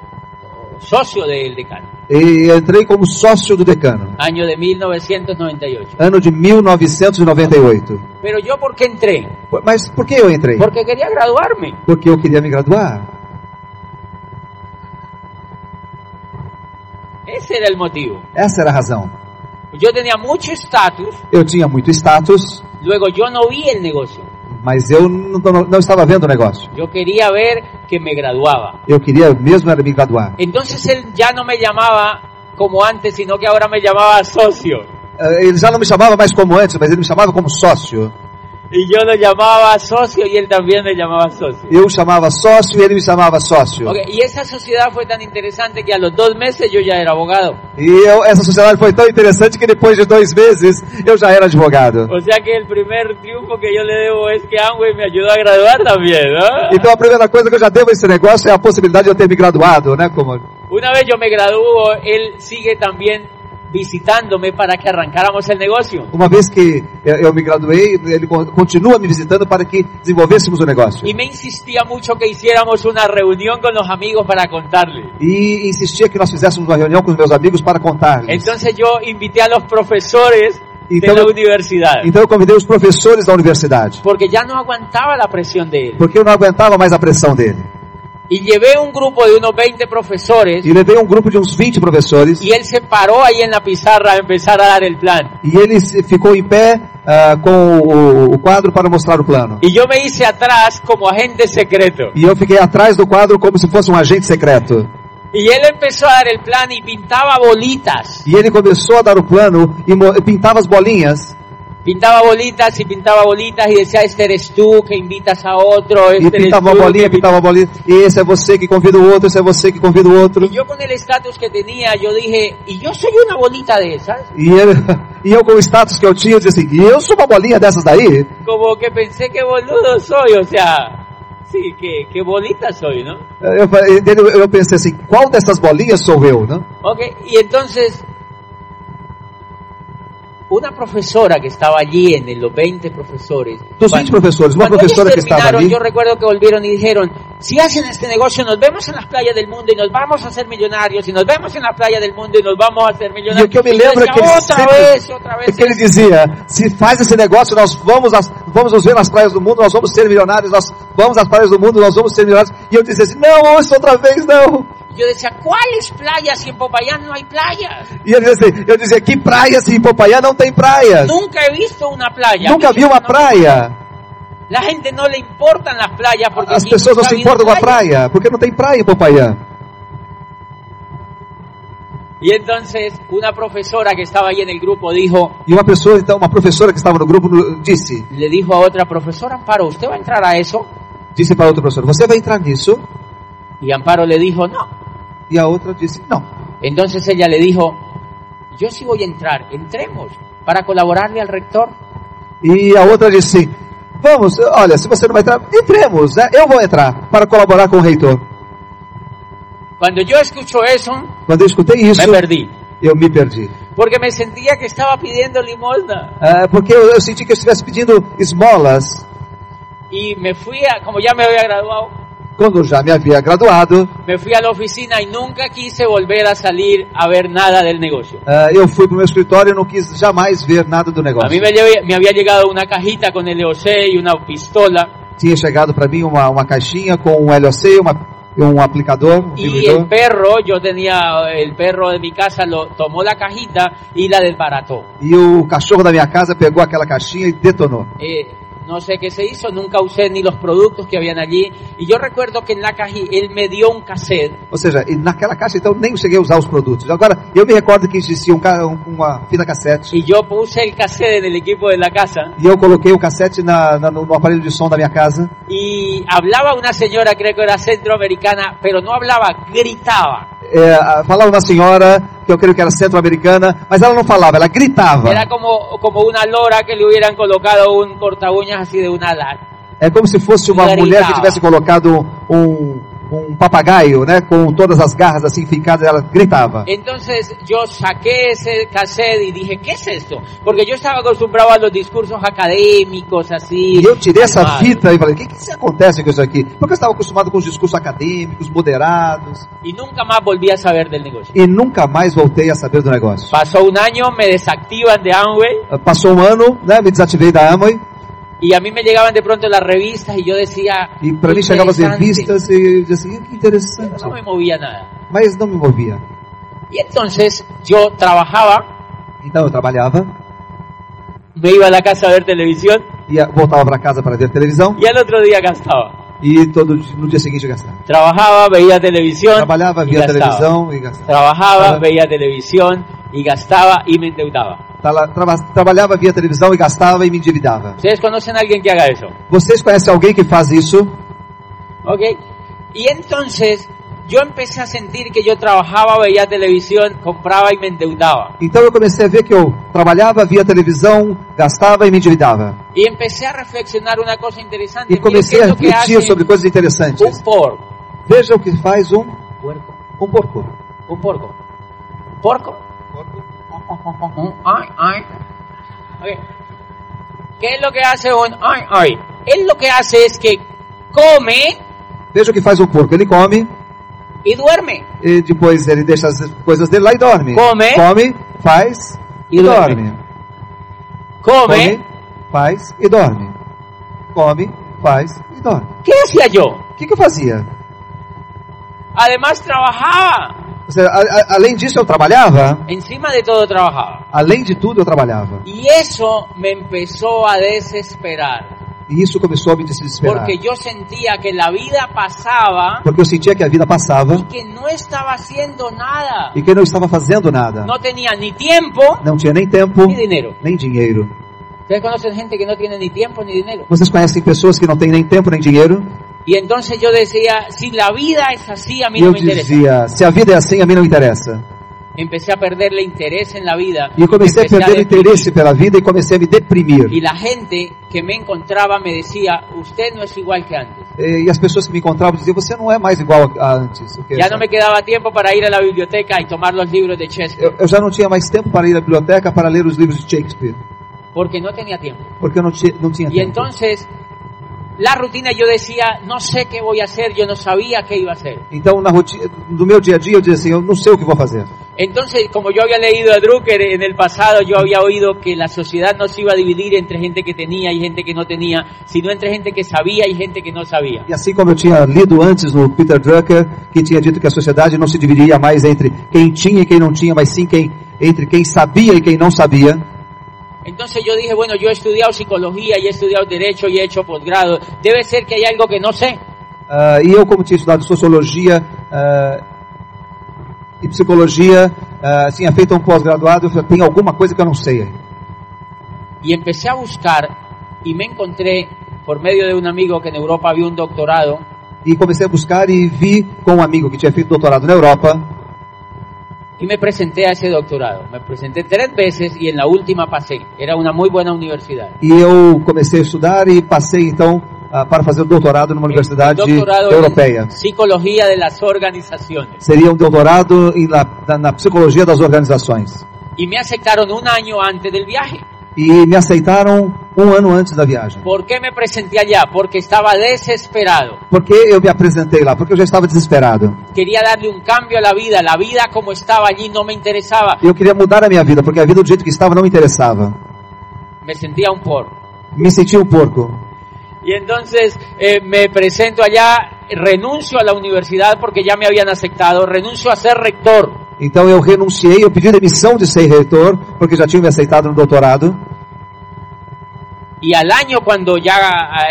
S2: socio del decano,
S3: E entrei como sócio do decano,
S2: año de 1998.
S3: ano de 1998.
S2: Pero yo por qué entré?
S3: Por- Mas por que eu entrei?
S2: Porque quería graduarme.
S3: Porque eu queria me graduar.
S2: Ese era el motivo.
S3: Essa era a razão.
S2: Yo tenía mucho estatus,
S3: Eu tinha muito status,
S2: luego yo no vi el negocio.
S3: mas eu não, não- não estava vendo o negócio.
S2: Yo quería ver que me graduaba.
S3: Eu queria mesmo era me graduar.
S2: Entonces él ya no me llamaba como antes, sino que ahora me llamaba socio.
S3: Eh, Ele já não me chamava mais como antes, mas ele me chamava como sócio.
S2: Y yo lo llamaba socio y él también me llamaba socio.
S3: Eu o chamava sócio e ele me chamava sócio.
S2: Ok, y esa sociedad fue tan interesante que a los dos meses yo ya era abogado.
S3: E eu, essa sociedade foi tão interessante que depois de dois meses eu já era advogado.
S2: O sea que el primer triunfo que yo le debo es que Amway me ayudó a graduar también, ¿no?
S3: Então a primeira coisa que eu já devo a esse negócio é a possibilidade de eu ter me graduado, né? Como
S2: Una vez yo me graduó, él sigue también visitándome para que arrancáramos el negocio.
S3: uma vez que eu eu me graduei, ele con- continua me visitando para que desenvolvêssemos o negócio.
S2: Y me insistía mucho que hiciéramos una reunión con los amigos para contarle.
S3: E insistia que nós fizéssemos uma reunião com os meus amigos para contar-lhes.
S2: Entonces yo invité a los profesores de la
S3: Entonces-
S2: universidad,
S3: Então eu convidei os professores da universidade,
S2: porque ya no aguantaba la presión de él.
S3: porque eu não aguentava mais a pressão dele.
S2: Y llevé un grupo de unos 20 profesores
S3: E levei um grupo de uns 20 professores
S2: y él se paró ahí en la pizarra a empezar a dar el plan.
S3: e ele se- ficou em pé ah, com o, o quadro para mostrar o plano.
S2: Y yo me hice atrás como agente secreto.
S3: E eu fiquei atrás do quadro como se fosse um agente secreto.
S2: Y él empezó a dar el plan y pintaba bolitas.
S3: E ele começou a dar o plano e mo- e pintava as bolinhas.
S2: Pintaba bolitas y pintaba bolitas y decía, este eres tú que invitas a otro,
S3: E é
S2: este eres tú.
S3: pintava uma
S2: que
S3: bolinha,
S2: invitas
S3: pintava uma bolinha. E esse é você que convida o outro, esse é você que convida o outro.
S2: Y yo con el estatus que tenía, yo dije, ¿y yo soy una bolita de esas?
S3: E, ele, e eu, com o status que eu tinha, eu disse assim: e eu sou uma bolinha dessas daí?
S2: Como que pensé que boludo soy, o sea, Sí, qué, qué bonita soy, ¿no?
S3: Eu, falei- entendeu? eu pensei assim, qual dessas bolinhas sou eu, né?
S2: Ok, y entonces, una profesora que estaba allí, en los 20 profesores.
S3: Dos
S2: cuando-
S3: 20 professores, uma
S2: Cuando
S3: professora
S2: ellos
S3: que estava
S2: terminaron,
S3: ali,
S2: yo recuerdo que volvieron y dijeron, si hacen este negocio nos vemos en las playas del mundo y nos vamos a hacer millonarios, y nos vemos en las playas del mundo y nos vamos a hacer
S3: e o
S2: millonarios.
S3: que eu me
S2: Y yo
S3: lembro é
S2: decía,
S3: que ele,
S2: otra
S3: sempre,
S2: vez, otra
S3: é
S2: vez.
S3: que ele dizia, se faz esse negócio, nós vamos, às- vamos nos ver nas praias do mundo, nós vamos ser milionários, nós vamos às praias do mundo, nós vamos ser milionários. E eu dizia assim, não, isso outra vez não.
S2: Y yo decía, ¿cuáles playas? Si en Popayán no hay playas.
S3: E ele dizia assim, eu dizia, que praias em Popayá não tem praias.
S2: Nunca he visto una playa.
S3: Nunca vi uma praia.
S2: La gente no le importan las playas porque é
S3: As
S2: sí,
S3: pessoas não
S2: nunca
S3: se
S2: ha habido
S3: importam com a
S2: playa.
S3: praia, porque não tem praia em Popayá.
S2: Y entonces una profesora que estaba ahí en el grupo dijo,
S3: E uma pessoa, então, uma professora que estava no grupo no- disse,
S2: le dijo a otra profesora, Amparo, ¿usted va a entrar a eso?
S3: disse para outra professora, você vai entrar nisso?
S2: Y Amparo le dijo, no.
S3: E a outra disse, não.
S2: Entonces ella le dijo, yo sí voy a entrar, entremos para colaborarle al rector.
S3: E a outra disse, vamos, olha, se você não vai entrar, entremos, né? Eu vou entrar para colaborar com o reitor.
S2: Cuando yo escucho eso,
S3: Quando eu escutei isso,
S2: me perdí,
S3: eu me perdi.
S2: porque me sentía que estaba pidiendo limosna.
S3: Ah, porque eu, eu senti que eu estivesse pedindo esmolas.
S2: Y me fui, a, como ya me había graduado,
S3: Quando eu já me havia graduado,
S2: me fui a la oficina y nunca quise volver a salir a ver nada del negocio.
S3: ah, eu fui para o meu escritório e não quis jamais ver nada do
S2: A
S3: negócio.
S2: mí me, lle- me había llegado una cajita con el EOC y una pistola.
S3: Tinha chegado para mim uma, uma caixinha com um LOC, uma, um aplicador, um
S2: Y el
S3: diminuidor.
S2: perro, yo tenía el perro de mi casa, lo tomó la cajita y la desbarató.
S3: E o cachorro da minha casa pegou aquela caixinha e detonou.
S2: Eh, no sé qué se hizo, nunca usé ni los productos que habían allí. Y yo recuerdo que en la cajita él me dio un cassette
S3: Ou seja, e naquela caixa então nem cheguei a usar os produtos. Agora, eu me recordo que existia um, ca- um- uma fita cassete.
S2: y yo puse el cassette en el equipo de la casa.
S3: E eu coloquei o cassete na, na- no no aparelho de som da minha casa.
S2: Y hablaba una señora, creo que era centroamericana, pero no hablaba, gritaba.
S3: É, a- falava uma senhora, que eu creio que era centro-americana, mas ela não falava, ela gritava.
S2: Era como, como una lora que le hubieran colocado un corta uñas así de una lata.
S3: É como se fosse uma
S2: Gritava.
S3: mulher que tivesse colocado um, um papagaio, né? Com todas as garras assim fincadas, ela gritava.
S2: Entonces yo saqué ese cassette y dije, ¿qué es esto? Porque yo estaba acostumbrado a los discursos académicos, así.
S3: E eu tirei essa
S2: calmados.
S3: fita e falei, o que, que se acontece com isso aqui? Porque eu estava acostumado com os discursos acadêmicos, moderados,
S2: Y nunca más volví a saber del negocio.
S3: e nunca mais voltei a saber do negócio.
S2: Pasó un año, me desactivan de Amway
S3: Passou um ano, né, me desativei da Amway,
S2: y a mí me llegaban de pronto las revistas y yo decía,
S3: e para mim chegavam as
S2: "Interesante".
S3: revistas e eu dizia assim, "Ih, que interessante.
S2: No me movía nada.
S3: Mas não me movia.
S2: Y entonces yo trabajaba,
S3: Então eu trabalhava,
S2: me iba a la casa a ver televisión
S3: ia, voltava para casa para ver televisão,
S2: y al otro día gastaba.
S3: e todo, di- no dia seguinte eu gastava.
S2: Trabajaba, veía televisión.
S3: Trabalhava,
S2: y
S3: via
S2: gastaba.
S3: televisão e gastava.
S2: Trabajaba,
S3: Ah.
S2: veía televisión y gastaba y me endeudaba.
S3: Tala- traba- Trabalhava, via televisão e gastava e me endividava.
S2: ¿Ustedes conocen a alguien que haga eso?
S3: Vocês conhecem alguém que faz isso?
S2: ¿Ok? Y entonces yo empecé a sentir que yo trabajaba, veía televisión, compraba y me endeudaba.
S3: Então eu comecei a ver que eu trabalhava, via televisão, gastava e me endividava.
S2: Y empecé a reflexionar una cosa interesante.
S3: E
S2: Mire, ¿qué
S3: comecei a
S2: es lo que é assim.
S3: refletir
S2: hace
S3: sobre coisas
S2: un
S3: interessantes.
S2: porco?
S3: Veja o que faz um,
S2: Puerco.
S3: um porco.
S2: Un porco. ¿Porco? Un ay, ay. Ok. ¿Qué es lo que hace un ay, ay? Él lo que hace es que come
S3: Veja o que faz um porco. Ele come,
S2: y duerme.
S3: e depois ele deixa as coisas dele lá e dorme.
S2: Come.
S3: Come, faz
S2: E
S3: e
S2: dorme.
S3: dorme.
S2: Come.
S3: Come, faz e dorme. Come, faz e dorme.
S2: ¿Qué hacía yo?
S3: O que, que eu fazia?
S2: Además trabajaba.
S3: Ou seja, a- a- além disso, eu trabalhava.
S2: Encima de todo trabajaba.
S3: Além de tudo, eu trabalhava.
S2: Y eso me empezó a desesperar,
S3: E isso começou a me desesperar.
S2: porque yo sentía que la vida pasaba
S3: Porque eu sentia que a vida passava
S2: y que no estaba haciendo nada.
S3: e que eu não estava fazendo nada.
S2: No tenía ni tiempo
S3: Não tinha nem tempo,
S2: ni dinero.
S3: nem dinheiro.
S2: Ustedes conocen gente que no tiene ni tiempo ni dinero.
S3: Vocês conhecem pessoas que não têm nem tempo, nem dinheiro?
S2: Y entonces yo decía, si la vida es así, a mí
S3: E
S2: no
S3: eu
S2: me interesa.
S3: dizia, se a vida é assim, a mim não interessa.
S2: empecé a perderle interés en la vida.
S3: E eu comecei a
S2: empecé
S3: perder o
S2: deprimir.
S3: interesse pela vida e comecei a me
S2: Y
S3: deprimir.
S2: la gente que me encontraba me decía, usted no es igual que antes.
S3: E e as pessoas que me encontravam diziam: Você não é mais igual a a antes. O que
S2: Ya no me quedaba tiempo para ir a la biblioteca y tomar los libros de Shakespeare,
S3: eu, eu já não tinha mais tempo para ir à biblioteca para ler os livros de Shakespeare,
S2: porque no tenía tiempo.
S3: porque eu não, tinha não tinha
S2: Y
S3: tempo.
S2: entonces, la rutina yo decía, no sé qué voy a hacer, yo no sabía qué iba a hacer.
S3: Então, na rotina, no meu dia a dia, eu dizia assim: Eu não sei o que vou fazer.
S2: Entonces, como yo había leído a Drucker en el pasado, yo había oído que la sociedad no se iba a dividir entre gente que tenía y gente que no tenía, sino entre gente que sabía y gente que no sabía.
S3: E assim como eu tinha lido antes no Peter Drucker, que tinha dito que a sociedade não se dividiria mais entre quem tinha e quem não tinha, mas sim quem, entre quem sabia e quem não sabia.
S2: Entonces yo dije, bueno, yo he estudiado psicología y he estudiado derecho y he hecho posgrado, debe ser que hay algo que no sé.
S3: Ah, e eu, como tinha estudado sociologia ah, e psicologia, ah, tinha feito um pós-graduado, eu falei, tem alguma coisa que eu não sei. aí."
S2: Y empecé a buscar y me encontré por medio de un amigo que en Europa había un doctorado
S3: E comecei a buscar e vi com um amigo que tinha feito doutorado na Europa.
S2: y me presenté a ese doctorado. Me presenté tres veces y en la última pasé. Era una muy buena universidad.
S3: E eu comecei a estudar e passei então ah, para fazer o doutorado numa universidade
S2: Doctorado
S3: europeia.
S2: en psicología de las organizaciones.
S3: Seria um doutorado em la- na, na psicologia das organizações.
S2: Y me aceptaron un año antes del viaje.
S3: E me aceitaram um ano antes da viagem.
S2: ¿Por qué me presenté allá? Porque estaba desesperado.
S3: Porque eu me apresentei lá, porque eu já estava desesperado.
S2: Quería darle un cambio a la vida. La vida como estaba allí no me interesaba.
S3: Eu queria mudar a minha vida, porque a vida do jeito que estava não me interessava.
S2: Me sentía un por.
S3: Me senti um porco.
S2: Y entonces eh, me presento allá, renuncio a la universidad porque ya me habían aceptado, renuncio a ser rector.
S3: Então eu renunciei, eu pedi demissão de ser reitor, porque já tinha me aceitado no doutorado.
S2: Y al año cuando ya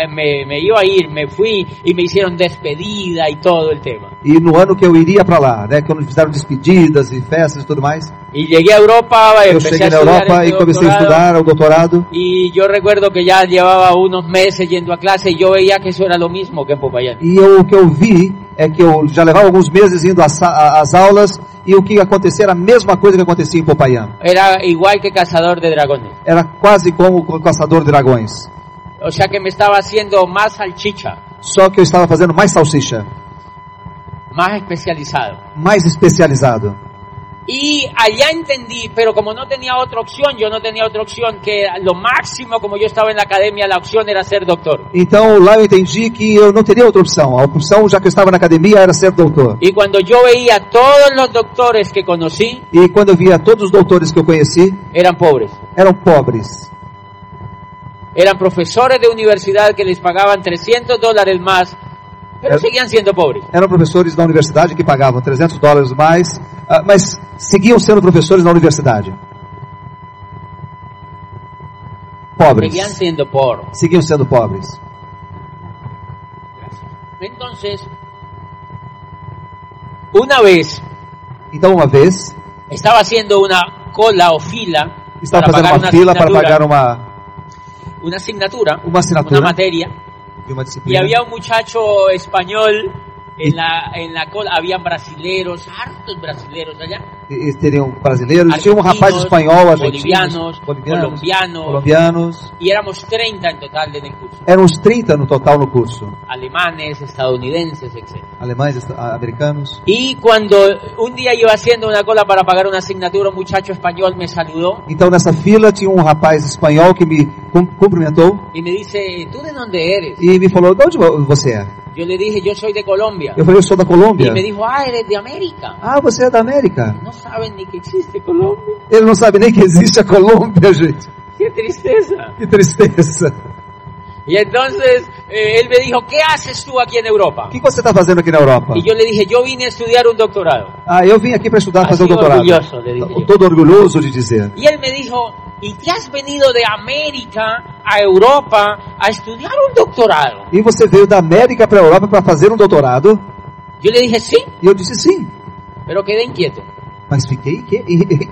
S2: eh, me, me iba a ir, me fui e me hicieron despedida y todo el tema.
S3: E no ano que eu iria para lá, né, quando fizeram despedidas e festas e tudo mais,
S2: Y llegué a Europa, eh,
S3: eu
S2: empecé a
S3: cheguei na
S2: estudiar
S3: Europa
S2: este
S3: e comecei a
S2: doctorado,
S3: estudar o doutorado.
S2: Y yo recuerdo que ya llevaba unos meses yendo a clase y yo veía que eso era lo mismo que en Popayán.
S3: E eu, o que eu vi é que eu já levava alguns meses indo às, sa- às aulas e o que acontecia era a mesma coisa que acontecia em Popayán.
S2: Era igual que cazador de dragones.
S3: Era quase como o caçador de dragões.
S2: O sea que me estaba haciendo más salchicha,
S3: Só que eu estava fazendo mais salsicha,
S2: más especializado.
S3: mais especializado.
S2: Y allá entendí, pero como no tenía otra opción, yo no tenía otra opción, que lo máximo, como yo estaba en la academia, la opción era ser doctor.
S3: Então lá eu entendi que eu não teria outra opção. A opção, já que eu estava na academia, era ser doutor.
S2: Y cuando yo veía a todos los doctores que conocí,
S3: E quando eu via todos os doutores que eu conheci,
S2: eran pobres.
S3: eram pobres.
S2: Eran profesores de universidad que les pagaban 300 dólares más, pero
S3: Eh.
S2: seguían siendo pobres.
S3: Eram professores da universidade que pagavam 300 dólares mais, ah, mas seguiam sendo professores na universidade. Pobres.
S2: Seguían siendo pobres.
S3: Seguiam sendo pobres.
S2: Entonces, una vez
S3: Então, uma vez,
S2: estaba haciendo una cola o fila
S3: estava fazendo uma fila para pagar uma,
S2: una asignatura,
S3: uma
S2: una
S3: assinatura
S2: materia.
S3: de uma
S2: Y
S3: disciplina.
S2: había un muchacho español en la, en la cola, habían brasileros, hartos brasileros allá.
S3: E- e teriam brasileiros, tinha um rapaz
S2: Argentinos,
S3: espanhol, argentino,
S2: bolivianos, colombianos.
S3: colombianos.
S2: Y éramos 30 en total en el curso.
S3: Eram uns 30 no total no curso,
S2: Alemanes, estadounidenses, etc.
S3: alemães, est- a- americanos.
S2: Y cuando un día iba haciendo una cola para pagar una asignatura, un muchacho español me saludó
S3: Então nessa fila tinha um rapaz espanhol que me cum- cumprimentou
S2: y me dice, ¿tú de dónde eres?
S3: e me falou: "De onde vo- você é?"
S2: Yo le dije, yo soy de Colombia.
S3: Eu falei: "Eu sou da
S2: Y
S3: Colômbia."
S2: me dijo, ah, eres de América.
S3: "Ah, você é da América?"
S2: No saben ni que existe Colombia.
S3: Ele não sabe nem que existe a Colômbia, gente.
S2: Qué tristeza.
S3: Que tristeza.
S2: Y entonces eh, él me dijo, ¿qué haces tú aquí en Europa?
S3: O que você está fazendo aqui na Europa?
S2: Y yo le dije, yo vine a estudiar un doctorado.
S3: Ah, eu vim aqui para estudar, fazer o
S2: Assim,
S3: doutorado.
S2: orgulhoso, lhe disse eu.
S3: Todo orgulhoso de dizer.
S2: Y él me dijo, ¿y te has venido de América a Europa a estudiar un doctorado?
S3: E você veio da América para a Europa para fazer um doutorado?
S2: Yo le dije, sí,
S3: E eu disse sim,
S2: pero quedé inquieto.
S3: mas fiquei inque-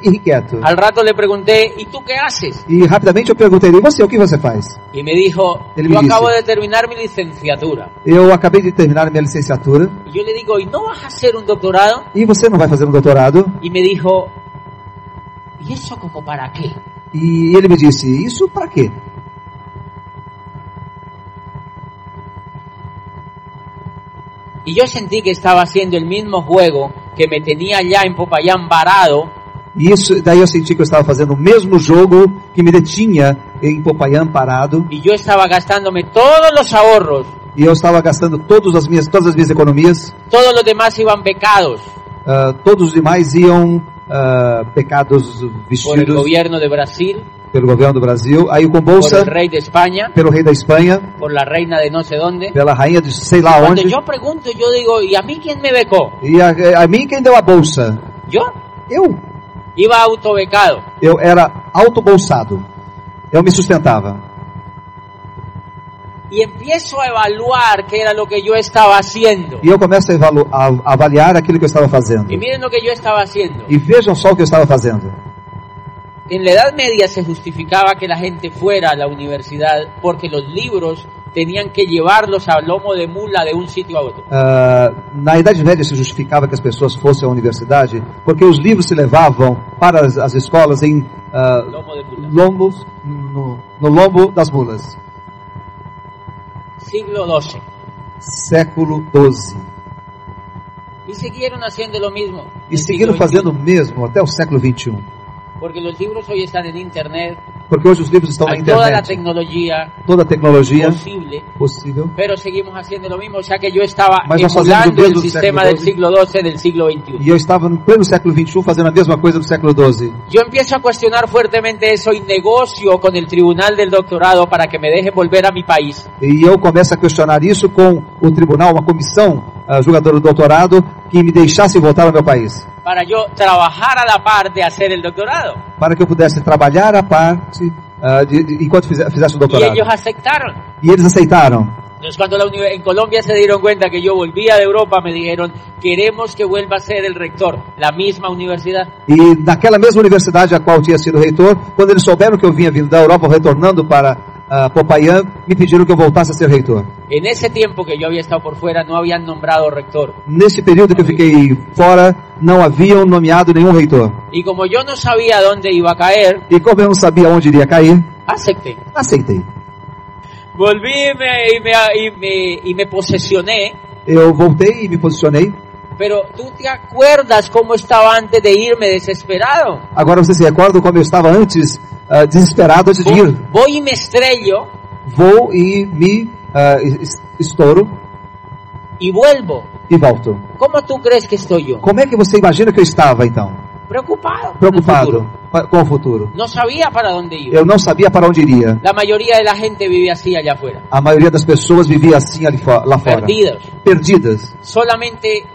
S3: inquieto.
S2: Al rato le pregunté, ¿y tú qué haces?
S3: E rapidamente eu perguntei: "E você, o que você faz?"
S2: Y me dijo,
S3: Él
S2: yo
S3: me dice-
S2: acabo de terminar mi licenciatura.
S3: Eu acabei de terminar minha licenciatura
S2: Y yo le digo, ¿y no vas a hacer un doctorado?
S3: e você não vai fazer um doutorado?
S2: Y me dijo, ¿y eso como para qué?
S3: E ele me disse: Isso para quê?
S2: Y yo sentí que estaba haciendo el mismo juego que me tenía allá en Popayán varado
S3: E isso, daí eu senti que eu estava fazendo o mesmo jogo que me detinha em Popayán parado.
S2: y yo estaba gastándome todos los ahorros,
S3: E eu estava gastando todas as minhas, todas as minhas economias.
S2: todos los demás iban becados
S3: ah, todos os demais iam ah, pecados
S2: por el
S3: vestidos
S2: gobierno de Brasil,
S3: pelo governo do Brasil. Aí o com
S2: por
S3: bolsa
S2: el rey de España,
S3: pelo rei da Espanha,
S2: por la reina de no sé dónde.
S3: pela rainha de sei lá
S2: Cuando
S3: onde.
S2: yo pregunto, yo digo, ¿y a mí quién me becó?
S3: E a, a mim quem deu a bolsa?
S2: Yo
S3: Eu.
S2: iba autobecado.
S3: Eu era autobolsado. Eu me sustentava.
S2: Y empiezo a evaluar qué era lo que yo estaba haciendo.
S3: E eu começo a, evalu- a- a avaliar aquilo que eu estava fazendo.
S2: Y miren lo que yo estaba haciendo.
S3: E vejam só o que eu estava fazendo.
S2: En la Edad Media se justificaba que la gente fuera a la universidad porque los libros tenían que llevarlos al lomo de mula de un sitio a otro.
S3: Ah, na Idade Média se justificava que as pessoas fossem à universidade porque os livros se levavam para as, as escolas em ah,
S2: Lomo de mula.
S3: lombos, no, no lombo das mulas.
S2: Siglo XII.
S3: Século XII.
S2: Y siguieron haciendo lo mismo.
S3: E seguiram fazendo o mesmo até o século XXI.
S2: Porque los libros hoy están en internet,
S3: Porque hoje os livros estão na
S2: hay toda la
S3: internet.
S2: tecnología
S3: Toda a tecnologia
S2: posible.
S3: possível.
S2: Pero seguimos haciendo lo mismo, o sea que yo estaba
S3: Mas nós fazemos
S2: emulando
S3: o
S2: el
S3: mesmo do
S2: sistema
S3: século
S2: del siglo XII del siglo XXI.
S3: E eu estava no pleno século XXI fazendo a mesma coisa do século XII.
S2: Yo empiezo a cuestionar fuertemente eso y negocio con el tribunal del doctorado para que me deje volver a mi país.
S3: E eu começo a questionar isso com o tribunal, uma comissão ah, julgadora do doutorado que me deixasse voltar ao meu país.
S2: para yo trabajar a la par de hacer el doctorado.
S3: Para que eu pudesse trabalhar a parte ah, de, de- enquanto fize- fizesse o
S2: Y
S3: doutorado.
S2: ellos aceptaron.
S3: E eles aceitaram.
S2: Entonces cuando la uni- en Colombia se dieron cuenta que yo volvía de Europa, me dijeron, queremos que vuelva a ser el rector, la misma universidad.
S3: E naquela mesma universidade a qual eu tinha sido reitor, quando eles souberam que eu vinha vindo da Europa retornando para ah, Popayán, me pediram que eu voltasse a ser reitor.
S2: En ese tiempo que yo había estado por fuera no habían nombrado rector.
S3: Nesse período que eu fiquei fora, não haviam nomeado nenhum reitor.
S2: Y como yo no sabía dónde iba a caer,
S3: E como eu não sabia onde iria cair,
S2: acepté.
S3: aceitei.
S2: Volví y me, y me- y me- y me posesioné.
S3: Eu voltei e me posicionei.
S2: Pero tú te acuerdas cómo estaba antes de irme desesperado.
S3: Agora vocês se recordam como eu estava antes, ah, desesperado antes de ir.
S2: Voy y me estrello
S3: Vou e me ah, es- estouro
S2: y vuelvo.
S3: e volto.
S2: ¿Cómo tú crees que estoy yo?
S3: Como é que você imagina que eu estava então?
S2: Preocupado. por el
S3: Preocupado
S2: futuro.
S3: pa- com o futuro.
S2: No sabía para dónde iba.
S3: Eu não sabia para onde iria.
S2: La mayoría de la gente vive así allá afuera.
S3: A maioria das pessoas vivia assim ali fo- lá fora.
S2: Perdidos.
S3: Perdidas.
S2: Solamente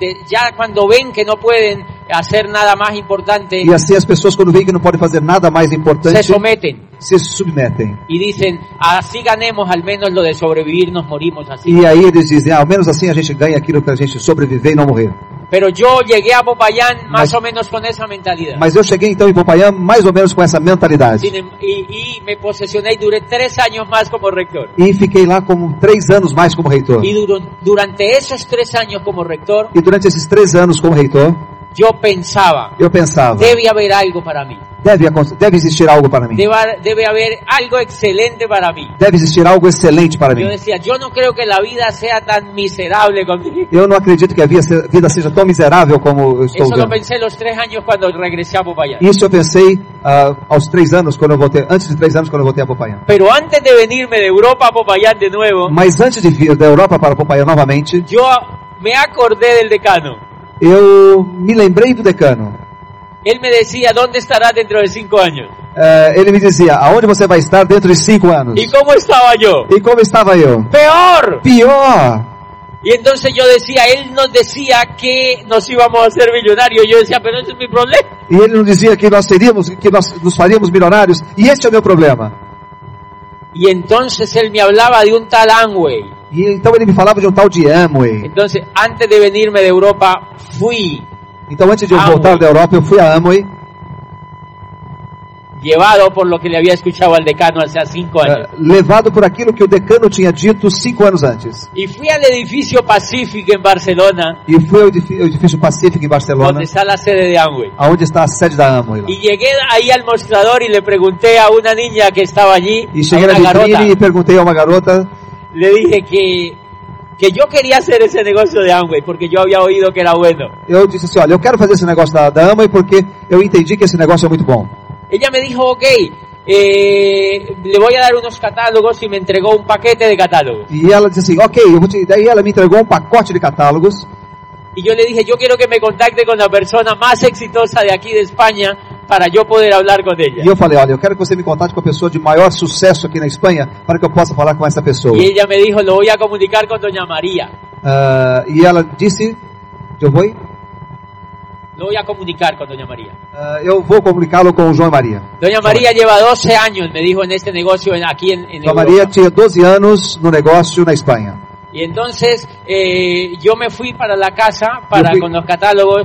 S2: de- ya cuando ven que no pueden hacer nada más importante,
S3: E assim as pessoas, quando veem que não podem fazer nada mais
S2: se
S3: importante,
S2: someten
S3: se submetem.
S2: y dicen, así ganemos al menos lo de sobrevivir, nos morimos así.
S3: E aí eles dizem, ah, ao menos assim a gente ganha aquilo para a gente sobreviver e não morrer.
S2: Pero yo llegué a Popayán más
S3: Mas-
S2: o menos con esa mentalidad.
S3: Mas eu cheguei então em Popayán mais ou menos com essa mentalidade.
S2: Sin em- y, y me posesioné y duré tres años más como rector.
S3: E fiquei lá como três anos mais como reitor.
S2: Y duro- durante esos tres anos como rector,
S3: E durante esses três anos como reitor,
S2: yo pensaba,
S3: eu pensava,
S2: debe haber algo para mí.
S3: deve, acon- deve existir algo para mim.
S2: Deba- debe haber algo excelente para mí.
S3: Deve existir algo excelente para
S2: Yo
S3: mim.
S2: decía, yo no creo que la vida sea tan miserable conmigo.
S3: Eu não acredito que a via- vida seja tão miserável como eu estou
S2: Eso lo
S3: vendo.
S2: pensé los tres años cuando regresé a Popayán.
S3: Isso eu pensei ah, aos três anos, quando eu voltei, antes de três anos, quando eu voltei a Popayán.
S2: Pero antes de venirme de Europa a Popayán de nuevo,
S3: Mas antes de vir da Europa para Popayán novamente,
S2: yo me acordé del decano.
S3: eu me lembrei do decano.
S2: Él me decía, ¿dónde estarás dentro de cinco años?
S3: Ah, ele me dizia, aonde você vai estar dentro de cinco anos?
S2: ¿Y cómo estaba yo?
S3: E como estava eu?
S2: ¡Peor!
S3: Pior!
S2: Y entonces yo decía, él nos decía que nos íbamos a hacer millonarios. Yo decía, pero ese es mi problema.
S3: E ele não dizia que nós seríamos, que nós nos faríamos milionários. E esse é o meu problema.
S2: Y entonces él me hablaba de un tal Anway.
S3: E então ele me falava de um tal de Amway.
S2: Entonces, antes de venirme de Europa, fui.
S3: Então antes de eu
S2: Amway.
S3: voltar da Europa, eu fui a Amway.
S2: llevado por lo que le había escuchado al decano hace cinco años.
S3: eh, levado por aquilo que o decano tinha dito cinco anos antes.
S2: Y fui al edificio Pacific en Barcelona,
S3: E fui ao edifício, ao edifício Pacífico em Barcelona,
S2: donde está la sede de Amway.
S3: aonde está a sede da Amway. lá.
S2: Y llegué ahí al mostrador y le pregunté a una niña que estaba allí,
S3: E
S2: a
S3: cheguei
S2: una
S3: na
S2: garota,
S3: vitrine e perguntei a uma garota
S2: le dije que, que yo quería hacer ese negocio de Amway porque yo había oído que era bueno.
S3: Eu disse assim, olha, eu quero fazer esse negócio da, da Amway porque eu entendi que esse negócio é muito bom.
S2: Ella me dijo, ok, eh, le voy a dar unos catálogos y me entregó un paquete de catálogos.
S3: E ela disse assim, ok, eu vou te... daí ela me entregou um pacote de catálogos.
S2: Y yo le dije, yo quiero que me contacte con la persona más exitosa de aquí de España para yo poder hablar con ella.
S3: E eu falei, olha, eu quero que você me contate com a pessoa de maior sucesso aqui na Espanha para que eu possa falar com essa pessoa.
S2: Y ella me dijo, lo voy a comunicar con doña María.
S3: Ah, e ela disse, eu vou,
S2: Lo voy a comunicar con doña María.
S3: ah, eu vou comunicá-lo com o João e Maria.
S2: Doña María lleva 12 años, me dijo, en este negocio en- aquí en, en
S3: João
S2: Europa.
S3: Maria tinha 12 anos no negócio na Espanha.
S2: Y entonces eh, yo me fui para la casa para
S3: Yo fui-
S2: con los catálogos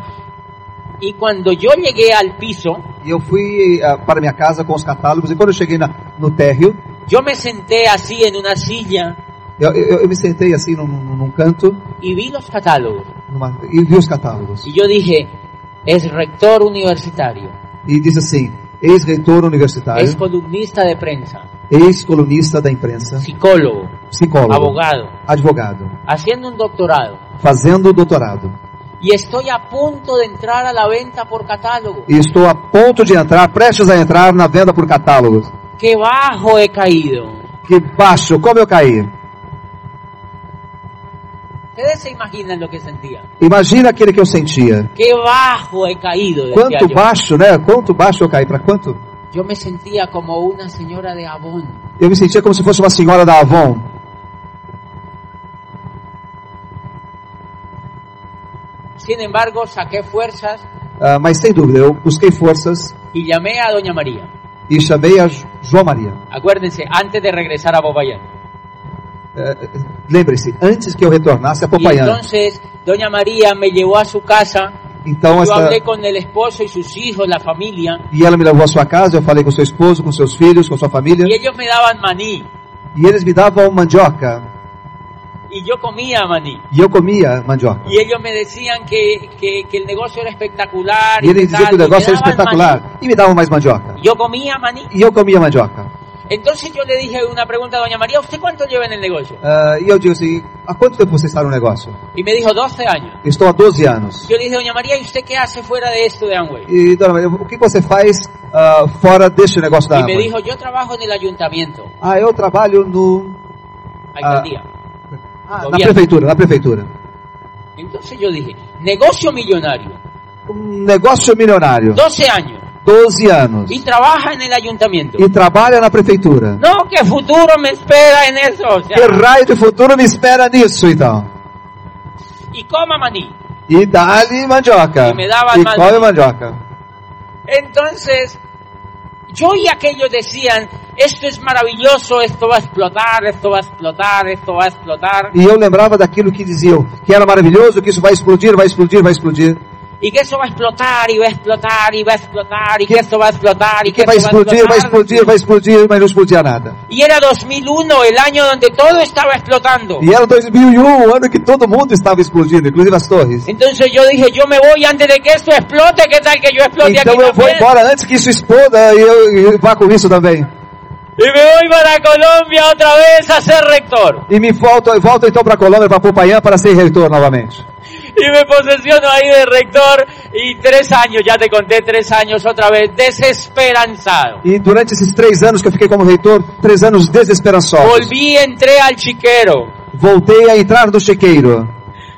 S2: y cuando yo llegué al piso,
S3: E eu fui ah, para minha casa com os catálogos e quando eu cheguei na, no térreo,
S2: yo me senté así en una silla
S3: eu, eu, eu me sentei assim num, num num canto
S2: y vi los catálogos
S3: numa, e vi os catálogos.
S2: y yo dije, es rector universitario,
S3: e diz assim: ex-reitor universitário,
S2: es columnista de prensa,
S3: ex-colunista da imprensa,
S2: psicólogo,
S3: psicólogo,
S2: abogado,
S3: advogado,
S2: haciendo un doctorado
S3: fazendo doutorado.
S2: y estoy a punto de entrar a la venta por catálogo.
S3: E estou a ponto de entrar, prestes a entrar na venda por catálogos.
S2: ¡Qué bajo he caído!
S3: Que baixo, como eu caí.
S2: Ustedes se imaginan lo que sentía.
S3: Imagina aquele que eu sentia.
S2: Qué bajo he caído. decía
S3: Quanto
S2: yo.
S3: baixo, né? Quanto baixo eu caí, para quanto?
S2: Yo me sentía como una señora de Avon.
S3: Eu me sentia como se fosse uma senhora da Avon.
S2: Sin embargo, saqué fuerzas
S3: Ah, mas sem dúvida, eu busquei forças
S2: y llamé a Doña María.
S3: e chamei a Jo- João Maria.
S2: Acuérdense, antes de regresar a Popayán.
S3: Eh, Lembre-se, antes que eu retornasse a
S2: Y
S3: Popayán.
S2: entonces, Doña María me llevó a su casa.
S3: Então,
S2: Yo
S3: esta,
S2: hablé con el esposo y sus hijos, la familia.
S3: E ela me levou à sua casa, eu falei com seu esposo, com seus filhos, com sua família.
S2: Y ellos me daban maní.
S3: E eles me davam mandioca.
S2: Y yo comía maní.
S3: E eu comia mandioca.
S2: Y ellos me decían que, que- que el negocio era espectacular.
S3: E
S2: qué
S3: eles diziam
S2: tal,
S3: que o
S2: y me
S3: negócio era
S2: daban
S3: espetacular. E me davam mais mandioca.
S2: maní. Yo comía maní.
S3: E eu comia mandioca.
S2: Entonces yo le dije una pregunta a Doña María, ¿usted cuánto lleva en el negocio?
S3: Ah, e eu digo assim, há quanto tempo você está no negócio?
S2: Y me dijo, 12 años.
S3: Estou há 12 anos.
S2: Yo le dije, Doña María, ¿y usted qué hace fuera de esto de Amway?
S3: E, dona Maria, o que você faz ah, fora deste negócio da
S2: Y me
S3: Amway?
S2: dijo, yo trabajo en el ayuntamiento,
S3: Ah, eu trabalho no...
S2: alcaldía.
S3: Ah, na
S2: Governo.
S3: prefeitura, na prefeitura.
S2: Entonces yo dije, negocio millonario,
S3: Um negócio milionário.
S2: 12 años,
S3: 12 anos.
S2: y trabaja en el ayuntamiento.
S3: E trabalha na prefeitura.
S2: No, ¿qué futuro me espera en eso? O sea,
S3: Que raio de futuro me espera nisso, então?
S2: y coma maní.
S3: E dá-lhe mandioca.
S2: E me dava
S3: e
S2: mal-
S3: come mandioca.
S2: Entonces, yo y aquellos decían, esto es maravilloso, esto va a explotar, esto va a explotar, esto va a explotar.
S3: E eu lembrava daquilo que diziam, que era maravilhoso, que isso vai explodir, vai explodir, vai explodir.
S2: y que eso va a explotar y va a explotar y va a explotar y que esto va a explotar y
S3: Que vai
S2: esto
S3: explodir, vai explodir, vai explodir, mas não explodia nada.
S2: Y era 2001, el año donde todo estaba explotando.
S3: E era 2001, o ano que todo mundo estava explodindo, inclusive as torres.
S2: Entonces yo dije, yo me voy antes de que esto explote, ¿qué tal que yo explote
S3: Então
S2: aquí
S3: eu vou
S2: también?
S3: embora antes que isso exploda e eu e vá com isso também.
S2: Y me voy para Colombia otra vez a ser rector.
S3: E me volto, eu volto então para Colômbia, para Popayán, para ser reitor novamente.
S2: Y me posesiono ahí de rector y tres años, ya te conté, tres años otra vez, desesperanzado.
S3: E durante esses três anos que eu fiquei como reitor, três anos desesperançosos.
S2: Volví, entré al chiquero
S3: Voltei a entrar no chiqueiro.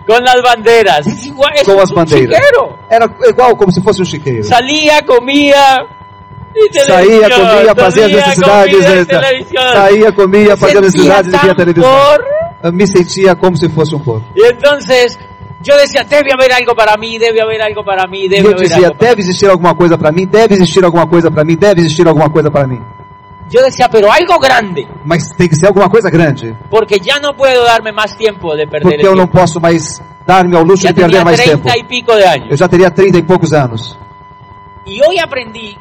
S2: con las banderas. Es igual, es
S3: Com as
S2: un
S3: bandeiras.
S2: chiquero.
S3: Era igual como se fosse um chiqueiro.
S2: Salía, comía y televisión.
S3: Saía, comia, fazia as
S2: Salía,
S3: necessidades.
S2: comía y
S3: né?
S2: televisión.
S3: Saía, comia, fazia as
S2: Sentía
S3: necessidades e
S2: tan
S3: via televisão.
S2: por-
S3: Eu me sentia como se fosse um corpo.
S2: Y entonces yo decía, debe haber algo para mí, debe haber algo para mí,
S3: E
S2: debe
S3: eu
S2: haber
S3: dizia,
S2: algo. para mí".
S3: deve existir alguma coisa para mim, deve existir alguma coisa para mim, deve existir alguma coisa para mim.
S2: Yo decía, pero algo grande,
S3: Mas tem que ser alguma coisa grande.
S2: porque ya no puedo darme más tiempo de perder
S3: Porque
S2: el
S3: eu não
S2: tiempo.
S3: posso mais dar-me ao luxo
S2: Ya
S3: de perder
S2: tenía
S3: mais tempo.
S2: treinta y pico de
S3: Eu
S2: años.
S3: já teria 30 e poucos anos.
S2: Y hoy aprendí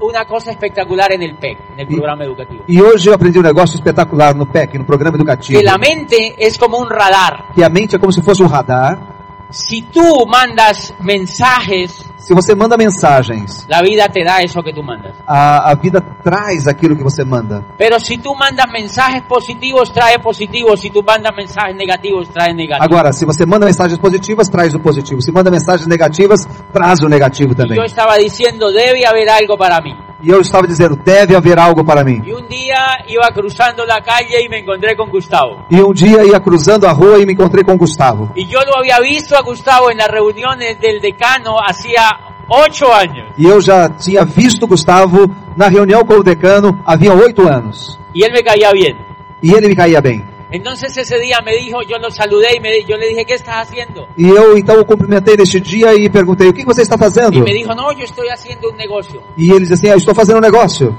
S2: una cosa espectacular en el PEC, en el
S3: Y-
S2: programa educativo.
S3: E hoje eu aprendi um negócio espetacular no PEC, no programa educativo.
S2: Que la mente es como un radar.
S3: Que a mente é como se fosse um radar.
S2: Si tú mandas mensajes,
S3: Se você manda mensagens,
S2: la vida te da eso que tú mandas.
S3: a, a vida traz aquilo que você manda.
S2: Pero si tú mandas mensajes positivos, trae positivos. Si tú mandas mensajes negativos, trae negativos.
S3: Agora, se você manda mensagens positivas, traz o positivo. Se manda mensagens negativas, traz o negativo também.
S2: Yo estaba diciendo, debe haber algo para mí.
S3: E eu estava dizendo, deve haver algo para mim.
S2: Y un día iba cruzando la calle y me encontré con Gustavo.
S3: E um dia ia cruzando a rua e me encontrei com o Gustavo.
S2: Y yo lo había visto a Gustavo en las reuniones del decano hacía ocho años.
S3: E eu já tinha visto o Gustavo na reunião com o decano havia oito anos.
S2: Y él me caía bien.
S3: E ele me caía bem.
S2: Entonces ese día me dijo, yo lo saludé y me, di- yo le dije, ¿qué estás haciendo?
S3: E eu então o cumprimentei neste dia e perguntei: o que você está fazendo?
S2: Y me dijo, no, yo estoy haciendo un negocio.
S3: E ele disse assim: ah, estou fazendo um negócio.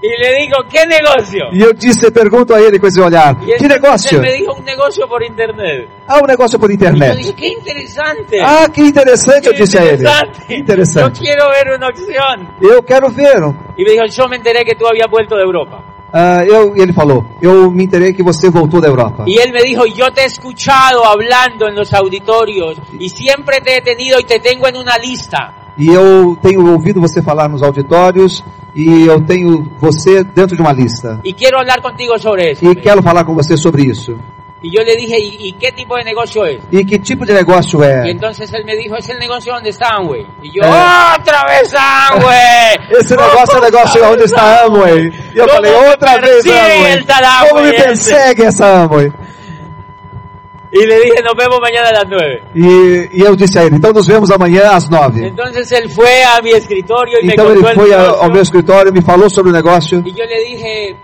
S2: Y le digo, ¿qué negocio?
S3: E eu disse: pergunto a ele com esse olhar:
S2: Y
S3: que
S2: entonces
S3: negócio?
S2: Él me dijo un negocio por internet.
S3: Ah, um negócio por
S2: Y yo
S3: internet.
S2: dije, qué interesante.
S3: Ah, que interessante,
S2: qué
S3: eu disse a ele.
S2: Yo
S3: Interessante.
S2: quiero ver una opción.
S3: Eu quero ver.
S2: Y me dijo, yo me enteré que tú habías vuelto de Europa.
S3: Ah, eu, ele falou: eu me enterei que você voltou da Europa.
S2: Y él me dijo, yo te he escuchado hablando en los auditorios y siempre te he tenido y te tengo en una lista.
S3: E eu tenho ouvido você falar nos auditórios e eu tenho você dentro de uma lista.
S2: Y quiero hablar contigo sobre eso.
S3: E quero falar com você sobre isso.
S2: Y yo le dije, ¿y, y qué tipo de negocio es?
S3: E que tipo de negócio
S2: Y
S3: é?
S2: entonces él me dijo, es el negocio donde está Amway. E yo,
S3: É.
S2: otra vez Amway.
S3: Esse negócio é o negócio onde está a Amway. E eu
S2: Como
S3: falei,
S2: me
S3: outra vez
S2: persegue esta
S3: Amway.
S2: Amway,
S3: Como me
S2: esse.
S3: persegue essa Amway?
S2: Y le dije, nos vemos mañana a las nueve.
S3: E, e eu disse a ele, então nos vemos amanhã às nove.
S2: Entonces él fue a mi escritorio y
S3: Então
S2: me
S3: ele
S2: contó el
S3: foi a-
S2: negocio.
S3: ao meu escritório, me falou sobre o negócio.
S2: Y yo le dije,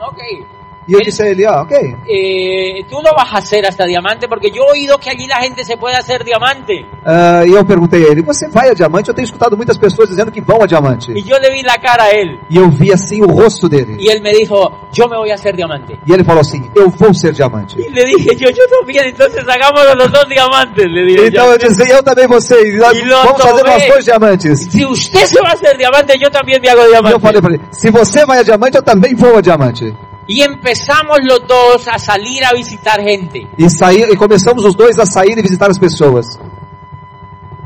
S2: ok,
S3: E eu disse a ele, ó, ok.
S2: eh, tú lo vas a hacer hasta diamante porque yo he oído que allí la gente se puede hacer diamante.
S3: Ah, e eu perguntei a ele, você vai a diamante? Eu tenho escutado muitas pessoas dizendo que vão a diamante.
S2: Y yo le vi la cara a él
S3: E eu vi assim o rosto dele.
S2: y él me dijo, yo me voy a hacer diamante.
S3: E ele falou assim: Eu vou ser diamante.
S2: Y le dije, yo, yo también, entonces hagámonos los dos diamantes, le dije.
S3: Então eu disse: Eu também vou ser. e nós
S2: E nós
S3: Vamos fazer
S2: também.
S3: nós dois diamantes.
S2: Si usted se va a hacer diamante, yo también me hago
S3: E eu
S2: diamante.
S3: falei pra ele: Se você vai a diamante, eu também vou a diamante.
S2: Y empezamos los dos a salir a visitar gente.
S3: E, saí, e começamos os dois a sair e visitar as pessoas.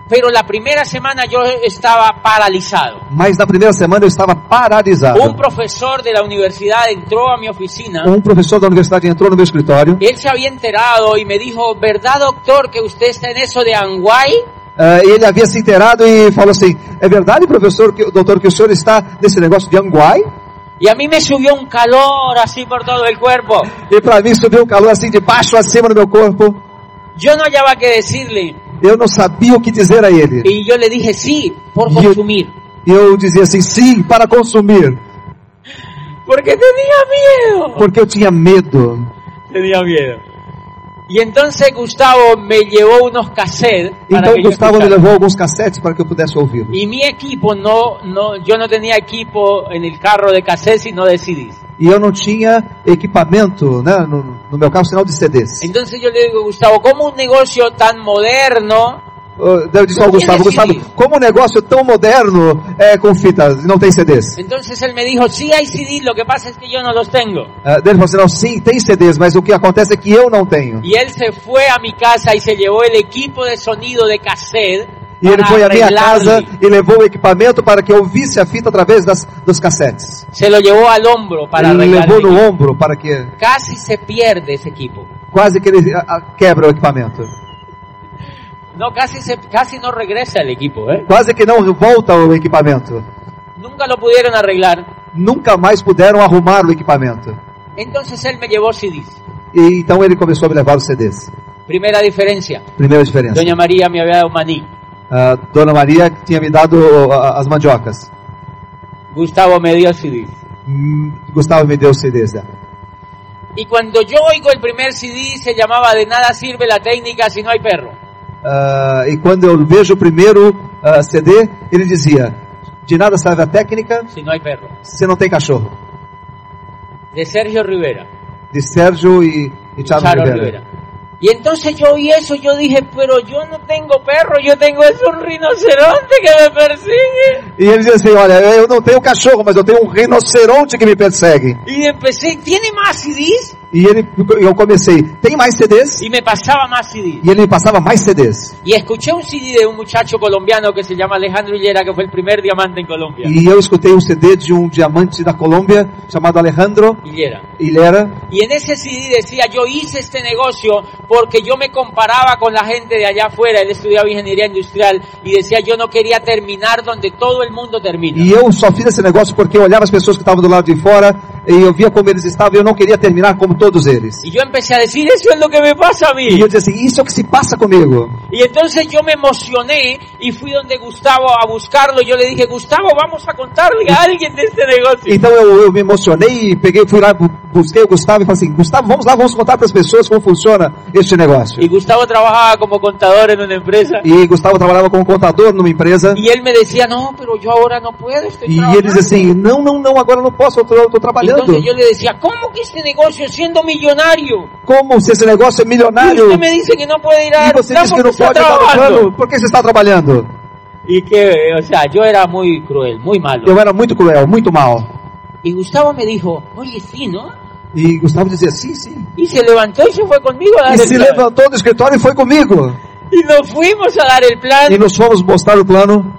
S2: Pero la primera semana yo estaba paralizado.
S3: Mas na primeira semana eu estava paralisado.
S2: Un profesor de la universidad entró a mi oficina.
S3: Um professor da universidade entrou no meu escritório.
S2: Él se había enterado y me dijo, ¿verdad doctor que usted está en eso de Anguay?
S3: ah, ele havia se inteirado e falou assim: É verdade, professor, que, doutor, que o senhor está nesse negócio de Anguai?
S2: Y a mí me subió un calor así por todo el cuerpo.
S3: E para mim subiu um calor assim de baixo a cima no meu corpo.
S2: Yo no hallaba qué decirle.
S3: Eu não sabia o que dizer a ele.
S2: Y yo le dije, sí, por
S3: Y yo-
S2: consumir.
S3: E eu dizia assim, sim, para consumir.
S2: Porque tenía miedo.
S3: Porque eu tinha medo.
S2: Tenía miedo. Y entonces Gustavo me llevou unos cassettes. para
S3: Então
S2: que yo
S3: Gustavo me
S2: escuchara.
S3: levou alguns cassetes para que eu pudesse ouvir.
S2: Y mi equipo no, no, yo no tenía equipo en el carro de cassette sino de CDs.
S3: E eu não tinha equipamento, né? No, no meu carro, sinal de CDs.
S2: Entonces yo le digo, Gustavo, como un negocio tan moderno
S3: Eu- Eu disse ao
S2: Não tinha
S3: Gustavo,
S2: CD.
S3: Gustavo, como um negócio tão moderno é com fitas, não tem CDs?
S2: Entonces él me dijo, sí hay CD, lo que pasa es que yo no los tengo.
S3: Ah, daí ele falou assim, não, sim, tem CDs, mas o que acontece é que eu não tenho.
S2: Y él se fue a mi casa y se llevó el equipo de sonido de cassette.
S3: E ele
S2: Ah, para
S3: foi à minha
S2: arreglarle.
S3: casa e levou o equipamento para que eu ouvisse a fita através das, dos cassetes.
S2: Se lo llevó al hombro para
S3: ele
S2: arreglar.
S3: levou
S2: el
S3: no
S2: equipo.
S3: ombro para que
S2: Casi se pierde ese equipo.
S3: quase que ele ah, ah, quebra o equipamento.
S2: No, casi, se, casi no regresa el equipo. ¿eh?
S3: Quase que não volta o equipamento.
S2: Nunca lo pudieron arreglar.
S3: Nunca mais puderam arrumar o equipamento.
S2: Entonces él me llevó CDs.
S3: E então ele começou a me levar os CDs.
S2: Primera diferencia.
S3: Primeira diferença.
S2: Doña María me había dado maní.
S3: Ah, Dona Maria tinha me dado ah, as mandiocas.
S2: Gustavo me dio CDs.
S3: Hum, Gustavo me deu os CDs dela.
S2: Y cuando yo oigo el primer CD se llamaba De nada sirve la técnica si no hay perro.
S3: Ah, e quando eu vejo o primeiro ah, CD, ele dizia: De nada serve a técnica
S2: Si no hay perro.
S3: se não tem cachorro.
S2: De Sergio Rivera.
S3: De Sérgio e, e Thiago
S2: Charo
S3: Oliveira.
S2: Rivera. Y entonces yo oí eso, yo dije, pero yo no tengo perro, yo tengo es un rinoceronte que me persigue.
S3: E ele dizia assim: Olha, eu não tenho cachorro, mas eu tenho um rinoceronte que me persegue.
S2: Y empecé, ¿tiene más CDs?
S3: E ele, eu comecei: Tem mais CDs?
S2: Y me pasaba más CDs.
S3: E ele me passava mais CDs.
S2: Y escuché un CD de un muchacho colombiano que se llama Alejandro Hillera, que fue el primer diamante en Colombia.
S3: E eu escutei um CD de um diamante da Colômbia chamado Alejandro
S2: Hillera.
S3: Hilera.
S2: Y en ese CD decía, yo hice este negocio porque yo me comparaba con la gente de allá afuera, él estudiaba ingeniería industrial y decía, yo no quería terminar donde todo el mundo termina.
S3: E eu só fiz esse negócio porque eu olhava as pessoas que estavam do lado de fora e eu via como eles estavam e eu não queria terminar como todos eles.
S2: Y yo empecé a decir, eso es lo que me pasa a mí.
S3: E eu dizia assim: Isso é o que se passa comigo.
S2: Y entonces yo me emocioné y fui donde Gustavo a buscarlo. Yo le dije, Gustavo, vamos a contarle a alguien de este negocio.
S3: Então eu, eu me emocionei e peguei, fui lá, bu- busquei o Gustavo e falei assim: Gustavo, vamos lá, vamos contar para as pessoas como funciona este negócio.
S2: Y Gustavo trabajaba como contador en una empresa.
S3: E Gustavo trabalhava como contador numa empresa.
S2: Y él me decía, no, pero yo ahora no puedo, estoy
S3: E ele diz
S2: trabajando.
S3: assim: Não, não, não, agora eu não posso, Então, eu estou trabalhando.
S2: Entonces yo le decía, ¿cómo que este negocio siendo millonario?
S3: Como se esse negócio é
S2: Y
S3: milionário?
S2: usted me dice que no puede ir a
S3: E você tá diz que não pode dar no plano? Por que você está trabalhando?
S2: Y que, o sea, yo era muy cruel, muy malo.
S3: Eu era muito cruel, muito mal.
S2: Y Gustavo me dijo, oye, sí, ¿no?
S3: E Gustavo dizia: Sim, sim.
S2: Y se levantó y se fue conmigo a dar
S3: E
S2: el
S3: se
S2: plan.
S3: levantou do escritório e foi comigo.
S2: Y nos fuimos a dar el plan.
S3: E nos fomos mostrar o plano.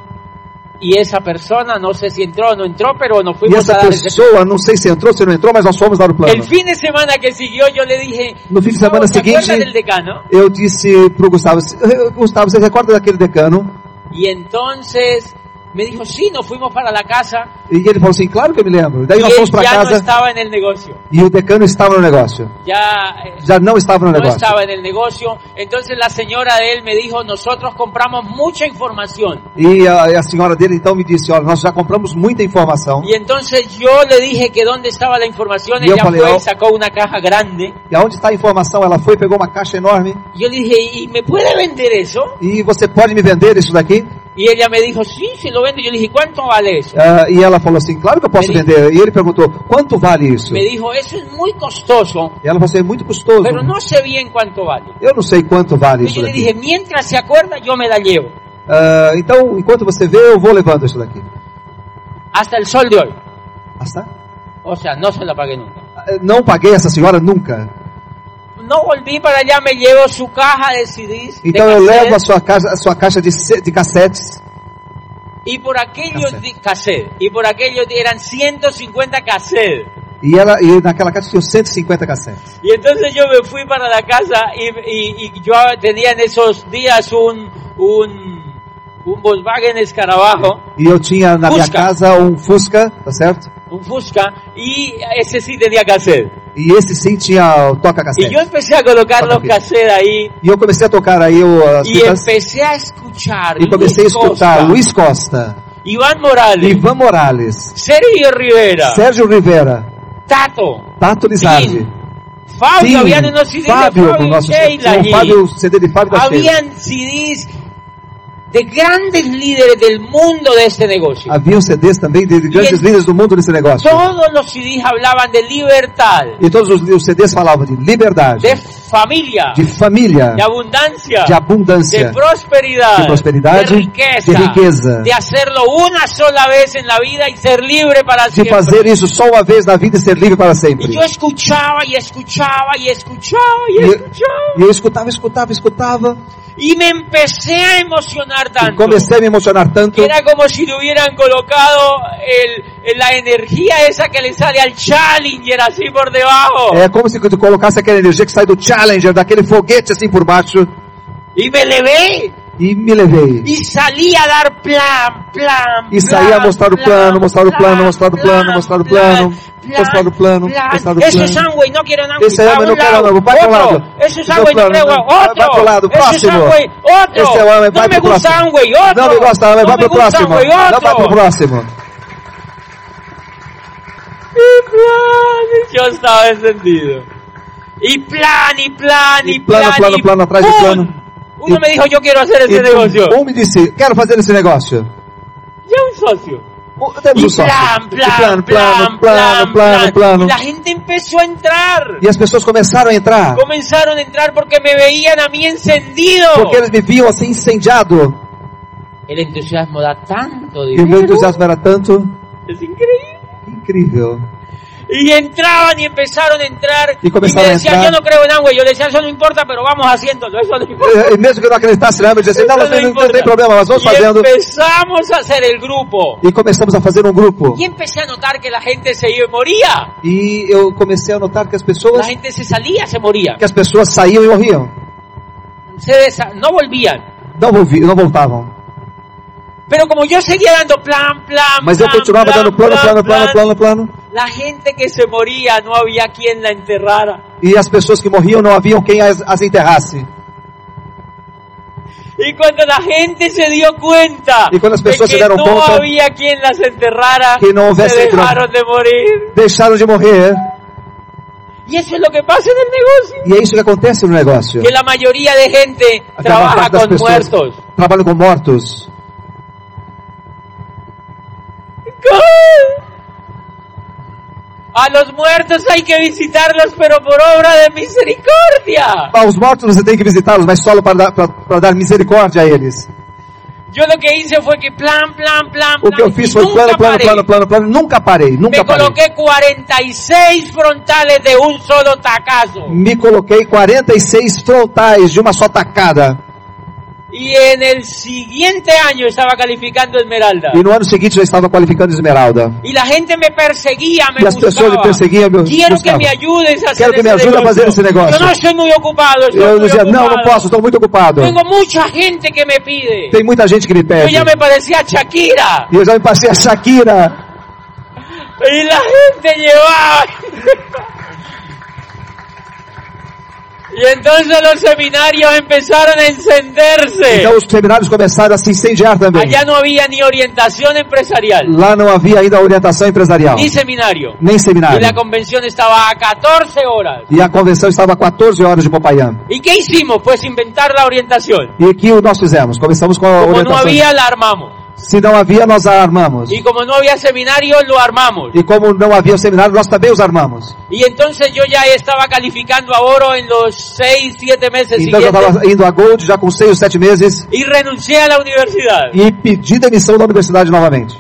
S2: Y esa persona, no sé si entró o no entró, pero nos
S3: E
S2: fuimos a
S3: essa
S2: dar ese
S3: pessoa, não sei se entrou, se não entrou, mas nós fomos dar o plano.
S2: El fin de semana que siguió, yo le dije.
S3: No fin de
S2: "Gustavo,
S3: semana
S2: ¿te acuerdas
S3: siguiente-
S2: del decano?
S3: Eu disse pro Gustavo, "Se- eh, Gustavo, você recorda daquele decano?
S2: Y entonces me dijo, sí, nos fuimos para la casa.
S3: E ele falou assim, claro que eu me lembro. Daí
S2: Y
S3: nós
S2: él
S3: fomos para
S2: ya no
S3: casa
S2: estaba en el negocio.
S3: e o decano estava no negócio.
S2: Ya. eh,
S3: Já não estava no
S2: No
S3: negócio.
S2: estaba en el negocio, entonces la señora de él me dijo, nosotros compramos mucha información.
S3: E a, e a senhora dele então me disse, olha, nós já compramos muita informação.
S2: Y entonces yo le dije que dónde estaba la información,
S3: Y
S2: ella
S3: yo falei,
S2: fue y
S3: "Oh".
S2: sacó una caja grande.
S3: E aonde está a informação? Ela foi, pegou uma caixa enorme
S2: Y yo le dije, ¿y me puede vender eso?
S3: e você pode me vender isso daqui?
S2: Y ella me dijo, sí, se lo vendo. Yo le dije, ¿cuánto vale eso?
S3: Ah, e ela falou assim, claro que eu posso
S2: Ele-
S3: vender. E ele perguntou, quanto vale isso?
S2: Me
S3: E
S2: dijo, eso es muy costoso,
S3: ela falou assim, é muito custoso.
S2: pero no sé bien cuánto vale.
S3: Eu não sei quanto vale
S2: Y yo
S3: isso
S2: le
S3: daqui.
S2: dije, mientras se acuerda, yo me la llevo.
S3: Ah, então, enquanto você vê, eu vou levando isso daqui.
S2: Hasta el sol de hoy.
S3: Ah, tá?
S2: O sea, no se la pagué nunca.
S3: Ah, Não paguei essa senhora nunca.
S2: No volví para allá, me llevo su caja de CDs. de
S3: Então eu
S2: cassettes,
S3: levo a sua caixa, a sua caixa de, ce- de cassetes.
S2: Y por aquellos
S3: Cassette.
S2: di- cassette. Y por aquellos di- eran 150 cassettes.
S3: E, ela, e naquela caixa tinha 150 cassetes.
S2: Y entonces yo me fui para la casa y, y- y yo tenía en esos días un, un, un Volkswagen Escarabajo,
S3: E eu tinha na minha
S2: Fusca.
S3: casa um Fusca, tá certo?
S2: un Fusca, y ese sí tenía cassette.
S3: E esse sim tinha o toca
S2: Y yo
S3: cassete.
S2: empecé a colocar
S3: Cuatro
S2: los
S3: filas.
S2: cassettes ahí
S3: E eu comecei a tocar aí o, as
S2: y
S3: fitas,
S2: empecé a escuchar.
S3: e comecei a
S2: Luis
S3: escutar
S2: Costa,
S3: Luiz Costa,
S2: Iván Morales,
S3: Ivan Morales,
S2: Sergio Rivera,
S3: Sérgio Rivera,
S2: Tato,
S3: Tato Lizardi,
S2: Tim, Fabio, habían unos CDs de
S3: Fábio,
S2: Fabio
S3: no
S2: y
S3: nosso,
S2: Sheila
S3: tinha o
S2: allí.
S3: Fábio, CD de Fábio da Sheila.
S2: Habían CDs de grandes líderes del mundo de este negocio.
S3: Haviam CDs também de de grandes
S2: ele-
S3: líderes do mundo nesse negócio.
S2: Todos los CDs hablaban de libertad,
S3: E todos os, os CDs falavam de liberdade,
S2: de familia,
S3: de família,
S2: de abundancia,
S3: de
S2: de
S3: abundância,
S2: prosperidad,
S3: de prosperidad,
S2: de riqueza,
S3: de riqueza.
S2: de hacerlo una sola vez en la vida y ser libre para
S3: de
S2: siempre.
S3: fazer isso só uma vez na vida e ser livre para sempre.
S2: Y yo escuchaba y escuchaba y escuchava y
S3: E-
S2: escuchaba
S3: E eu escutava, escutava, escutava.
S2: y me empecé a emocionar
S3: E
S2: tanto.
S3: comecei a me emocionar tanto.
S2: que era como si le hubieran colocado el, el- la energía esa que le sale al Challenger así por debajo.
S3: É como se tu colocasse aquela energia que sai do Challenger, daquele foguete assim por baixo.
S2: Y me levé
S3: E me levei.
S2: y salí a dar plan, plan.
S3: E saí a mostrar o plano, mostrar o plano, mostrar o plano, mostrar o plano, mostrar o plano, mostrar o
S2: Esse é
S3: plano.
S2: Sunway, não quero não.
S3: Esse é homem, não quero não. Vai pro lado.
S2: Esse é
S3: Esse é o
S2: Sunway, não
S3: plano,
S2: quero
S3: não. Vai-
S2: outro.
S3: vai pro lado,
S2: Esse é
S3: próximo.
S2: Sunway, outro.
S3: Esse é homem, vai
S2: não me
S3: pro
S2: gusta
S3: próximo.
S2: Sunway, outro.
S3: Não me gosta, vai
S2: Não
S3: vai
S2: me
S3: pro
S2: gusta
S3: próximo.
S2: Sunway,
S3: Não
S2: outro.
S3: vai pro próximo.
S2: Y plan, y yo estaba encendido. Y plan, y plan, y,
S3: Y plano, plano,
S2: y
S3: plano, atrás de
S2: ¡pum!
S3: plano.
S2: Uno
S3: Y-
S2: me dijo, yo quiero hacer ese
S3: E
S2: negocio.
S3: um me disse, quero fazer esse negócio.
S2: Ya un socio.
S3: o- temos um
S2: Y plan,
S3: software. E
S2: plan, plan, plan, plan, Y la gente empezó a entrar.
S3: E as pessoas começaram a entrar,
S2: Comenzaron a entrar porque me veían a mí encendido.
S3: porque eles me viam assim incendiado.
S2: El entusiasmo da tanto
S3: E o meu
S2: dinero.
S3: entusiasmo era tanto
S2: Es increíble.
S3: incrível.
S2: Y entraban y empezaron a entrar.
S3: Y comenzaron
S2: me
S3: a
S2: decían,
S3: entrar.
S2: yo no creo en agua. Yo le decía, eso no importa, pero vamos haciéndolo. Eso no importa.
S3: E mesmo que eu não acreditasse nada, eu dizia assim, não, mas
S2: Eso no
S3: não, não
S2: importa.
S3: tem problema, nós vamos
S2: y
S3: fazendo.
S2: empezamos a hacer el grupo.
S3: E começamos a fazer um grupo.
S2: Y empecé a notar que la gente se iba y moría.
S3: E eu comecei a notar que as
S2: La
S3: pessoas,
S2: gente se salía, se moría.
S3: que as pessoas saíam e morriam.
S2: Se desa- no volvían.
S3: Não, volvi, não voltavam.
S2: Pero como yo seguía dando plan, plan,
S3: Mas eu
S2: plan,
S3: continuava
S2: plan,
S3: dando plano, plano, plano, plano, plano.
S2: La gente que se moría no había quien la enterrara.
S3: E as pessoas que morriam não haviam quem as, as enterrasse.
S2: Y cuando la gente se dio cuenta
S3: Y cuando las
S2: de
S3: personas
S2: que
S3: se dieron
S2: no
S3: cuenta
S2: había quien las enterrara,
S3: que no hubiese
S2: se
S3: enterrado.
S2: dejaron de morir.
S3: Deixaram de morrer.
S2: Y eso es lo que pasa en el negocio.
S3: E é isso que acontece no negócio.
S2: Que la mayoría de gente
S3: A maior
S2: trabaja
S3: parte das
S2: con
S3: pessoas
S2: muertos.
S3: trabalham com mortos.
S2: ¡Gol! A los muertos hay que visitarlos, pero por obra de misericordia.
S3: Ah, os mortos você tem que visitá-los, mas só para dar, para- para dar misericórdia a eles.
S2: Yo lo que hice fue que plan, plan, plan,
S3: O que eu
S2: plan,
S3: fiz
S2: y
S3: foi
S2: nunca
S3: plano, plano,
S2: paré.
S3: plano, plano, plano. Nunca parei, nunca
S2: Me
S3: parei.
S2: coloqué 46 frontales de un solo tacazo.
S3: Me coloquei 46 frontais de uma só tacada.
S2: Y en el siguiente año estaba calificando Esmeralda.
S3: E no ano seguinte já estava qualificando esmeralda.
S2: Y la gente me perseguía, me
S3: E as pessoas me
S2: buscaba.
S3: perseguiam, me
S2: Quiero que
S3: buscavam.
S2: me ayudes a hacer
S3: Quiero que me
S2: ese
S3: ayude a
S2: negocio.
S3: hacer ese negocio.
S2: Yo no estoy muy ocupado. estoy
S3: Eu
S2: muy
S3: dizia, não, não
S2: ocupado.
S3: posso, estou muito ocupado.
S2: Tengo mucha gente que me pide.
S3: Tem muita gente que me
S2: Yo
S3: pede.
S2: ya me parecía Shakira.
S3: E eu já me passei a Shakira.
S2: Y la gente llevaba. Y entonces los seminarios empezaron a encenderse.
S3: Então os seminários começaram a se incendiar também.
S2: Allá no había ni orientación empresarial,
S3: Lá não havia ainda orientação empresarial,
S2: ni seminario.
S3: nem
S2: Y la
S3: seminário.
S2: convención estaba a 14 horas.
S3: E a convenção estava a 14 horas de Popayán.
S2: ¿Y qué hicimos? Pues inventar la orientación.
S3: E o que nós fizemos? Começamos com a
S2: Como no
S3: orientação.
S2: había, la armamos.
S3: Se não havia, nós a armamos.
S2: Y como no había seminario, lo armamos.
S3: E como não havia o seminário, nós também os armamos.
S2: Y entonces yo ya estaba calificando a oro en los 6, 7 meses
S3: Então eu já
S2: siguientes.
S3: estava indo a Gold já com 6 ou 7 meses
S2: Y renuncié a la universidad.
S3: e pedi demissão da universidade novamente.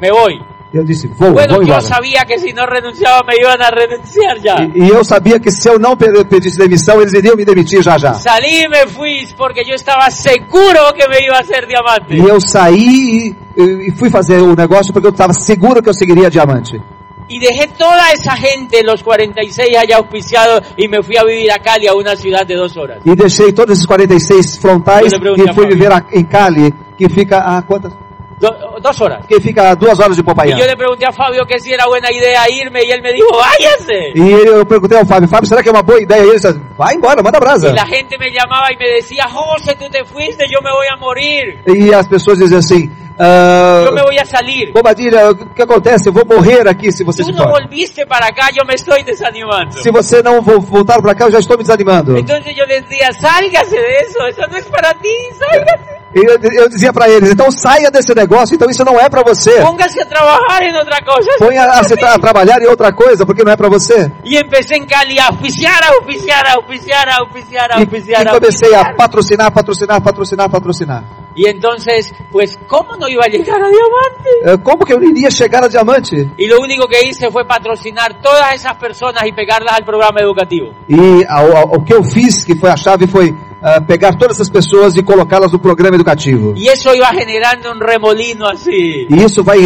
S2: Me voy.
S3: Eu disse, vou,
S2: Bueno,
S3: vou
S2: yo
S3: embora.
S2: sabía que si no renunciaba me iban a renunciar ya.
S3: E, e eu sabia que se eu não pe- pedisse demissão, eles iriam me demitir já já.
S2: Salí y me fui porque yo estaba seguro que me iba a hacer diamante.
S3: E eu saí e, e fui fazer o negócio porque eu estava seguro que eu seguiria diamante.
S2: Y dejé toda esa gente, los 46 allá auspiciados, y me fui a vivir a Cali, a una ciudad de dos horas.
S3: E deixei todos esses 46 frontais
S2: Eu lembrei onde
S3: e fui
S2: é a
S3: viver a- em Cali, que fica a quantas?
S2: Do- dos horas.
S3: Que fica a duas horas de
S2: Y
S3: Popayán.
S2: yo le pregunté a Fabio que si era buena idea irme, y él me dijo, váyase.
S3: E ele- eu perguntei ao Fábio, Fábio, será que é uma boa ideia? E ele disse, vai embora, manda brasa.
S2: Y la gente me llamaba y me decía, José, tú te fuiste, yo me voy a morir,
S3: E as pessoas dizem assim, ah,
S2: yo me voy a salir.
S3: Bobadilha, o que acontece? Eu vou morrer aqui se você
S2: Tú
S3: se
S2: no
S3: for.
S2: volviste para acá, yo me estoy desanimando.
S3: Se você não vo- voltar pra cá, eu já estou me desanimando.
S2: Entonces yo les decía, sálgase de eso, eso no es para ti, sálgase.
S3: E eu, eu dizia pra eles, então saia desse negócio, então isso não é pra você.
S2: Póngase a trabajar en otra cosa.
S3: Ponha a, se tra- a trabalhar em outra coisa, porque não é pra você.
S2: Y empecé en Cali a oficiar, a oficiar, a oficiar, a oficiar, a
S3: E,
S2: oficiar.
S3: e
S2: a
S3: comecei a
S2: oficiar.
S3: patrocinar, patrocinar, patrocinar, patrocinar.
S2: Y entonces, pues, ¿cómo no iba a llegar a diamante?
S3: Eh, Como que eu iria chegar a diamante?
S2: Y lo único que hice fue patrocinar todas esas personas y pegarlas al programa educativo.
S3: E ao- ao- o que eu fiz, que foi a chave, foi ah, pegar todas essas pessoas e colocá-las no programa educativo.
S2: Y eso iba generando un remolino así.
S3: E isso vai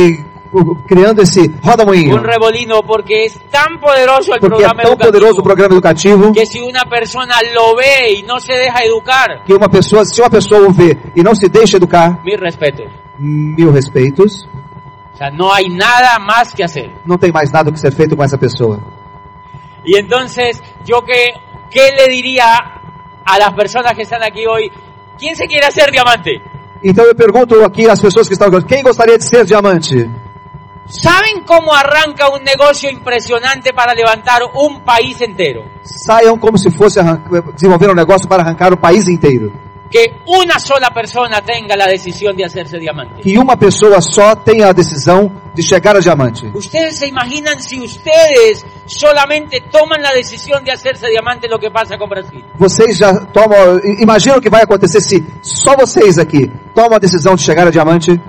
S3: uh, criando esse roda-moinho.
S2: Un remolino porque es tan poderoso el
S3: Porque é
S2: programa
S3: tão poderoso
S2: educativo
S3: o programa educativo
S2: que si una persona lo ve y no se deja educar,
S3: que uma pessoa, se uma pessoa o vê e não se deixa educar,
S2: Mis respetos.
S3: mil respeitos,
S2: O sea, no hay nada más que hacer.
S3: não tem mais nada que ser feito com essa pessoa.
S2: Y entonces, yo que, ¿qué le diría a las personas que están aquí hoy? ¿Quién se quiere hacer diamante?
S3: Então eu pergunto aqui às pessoas que estão aqui, quem gostaria de ser diamante?
S2: ¿Saben cómo arranca un negocio impresionante para levantar un país entero?
S3: Saiam como se fosse arran- desenvolver um negócio para arrancar o país inteiro.
S2: que una sola persona tenga la decisión de hacerse diamante.
S3: que uma pessoa só tenha a decisão de chegar a diamante.
S2: Ustedes se imaginan si ustedes solamente toman la decisión de hacerse diamante lo que pasa con Brasil.
S3: Vocês já tomam, i- imagina o que vai acontecer se só vocês aqui tomam a decisão de chegar a diamante.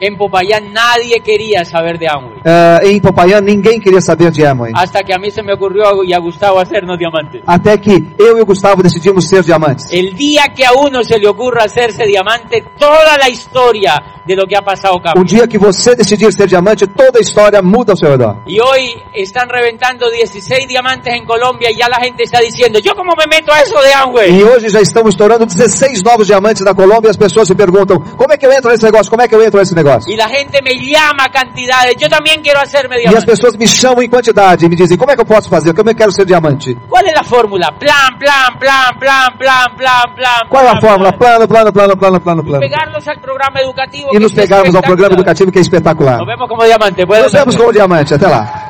S2: En Popayán nadie quería saber de Amway.
S3: Eh, em Popayán ninguém queria saber de Amway.
S2: Hasta que a mí se me ocurrió y a Gustavo hacernos diamantes.
S3: Até que eu e o Gustavo decidimos ser diamantes.
S2: El día que a uno se le ocurra hacerse diamante, toda la historia de lo que ha pasado
S3: O
S2: cambia.
S3: dia que você decidir ser diamante, toda a história muda ao seu redor.
S2: Y hoy están reventando 16 diamantes en Colombia y ya la gente está diciendo, ¿yo cómo me meto a eso de Amway?
S3: E hoje já estamos estourando 16 novos diamantes na Colômbia e as pessoas se perguntam: como é que eu entro nesse negócio? Como é que eu entro nesse negócio?
S2: Y la gente me llama a cantidades, yo también quiero hacerme
S3: E as
S2: diamante.
S3: pessoas me chamam em quantidade e me dizem: como é que eu posso fazer? Como eu quero ser diamante?
S2: ¿Cuál es la fórmula? Plan, plan, plan, plan, plan, plan, plan.
S3: Qual é a
S2: plan,
S3: fórmula?
S2: plan.
S3: Plano, plano, plano, plano, plano, plano.
S2: Pegarnos al programa educativo.
S3: E
S2: que
S3: nos
S2: es
S3: pegarmos ao
S2: espectacular.
S3: programa educativo que é espetacular.
S2: Nos vemos como diamante. puede
S3: Nos
S2: ser.
S3: vemos com o diamante. Até lá.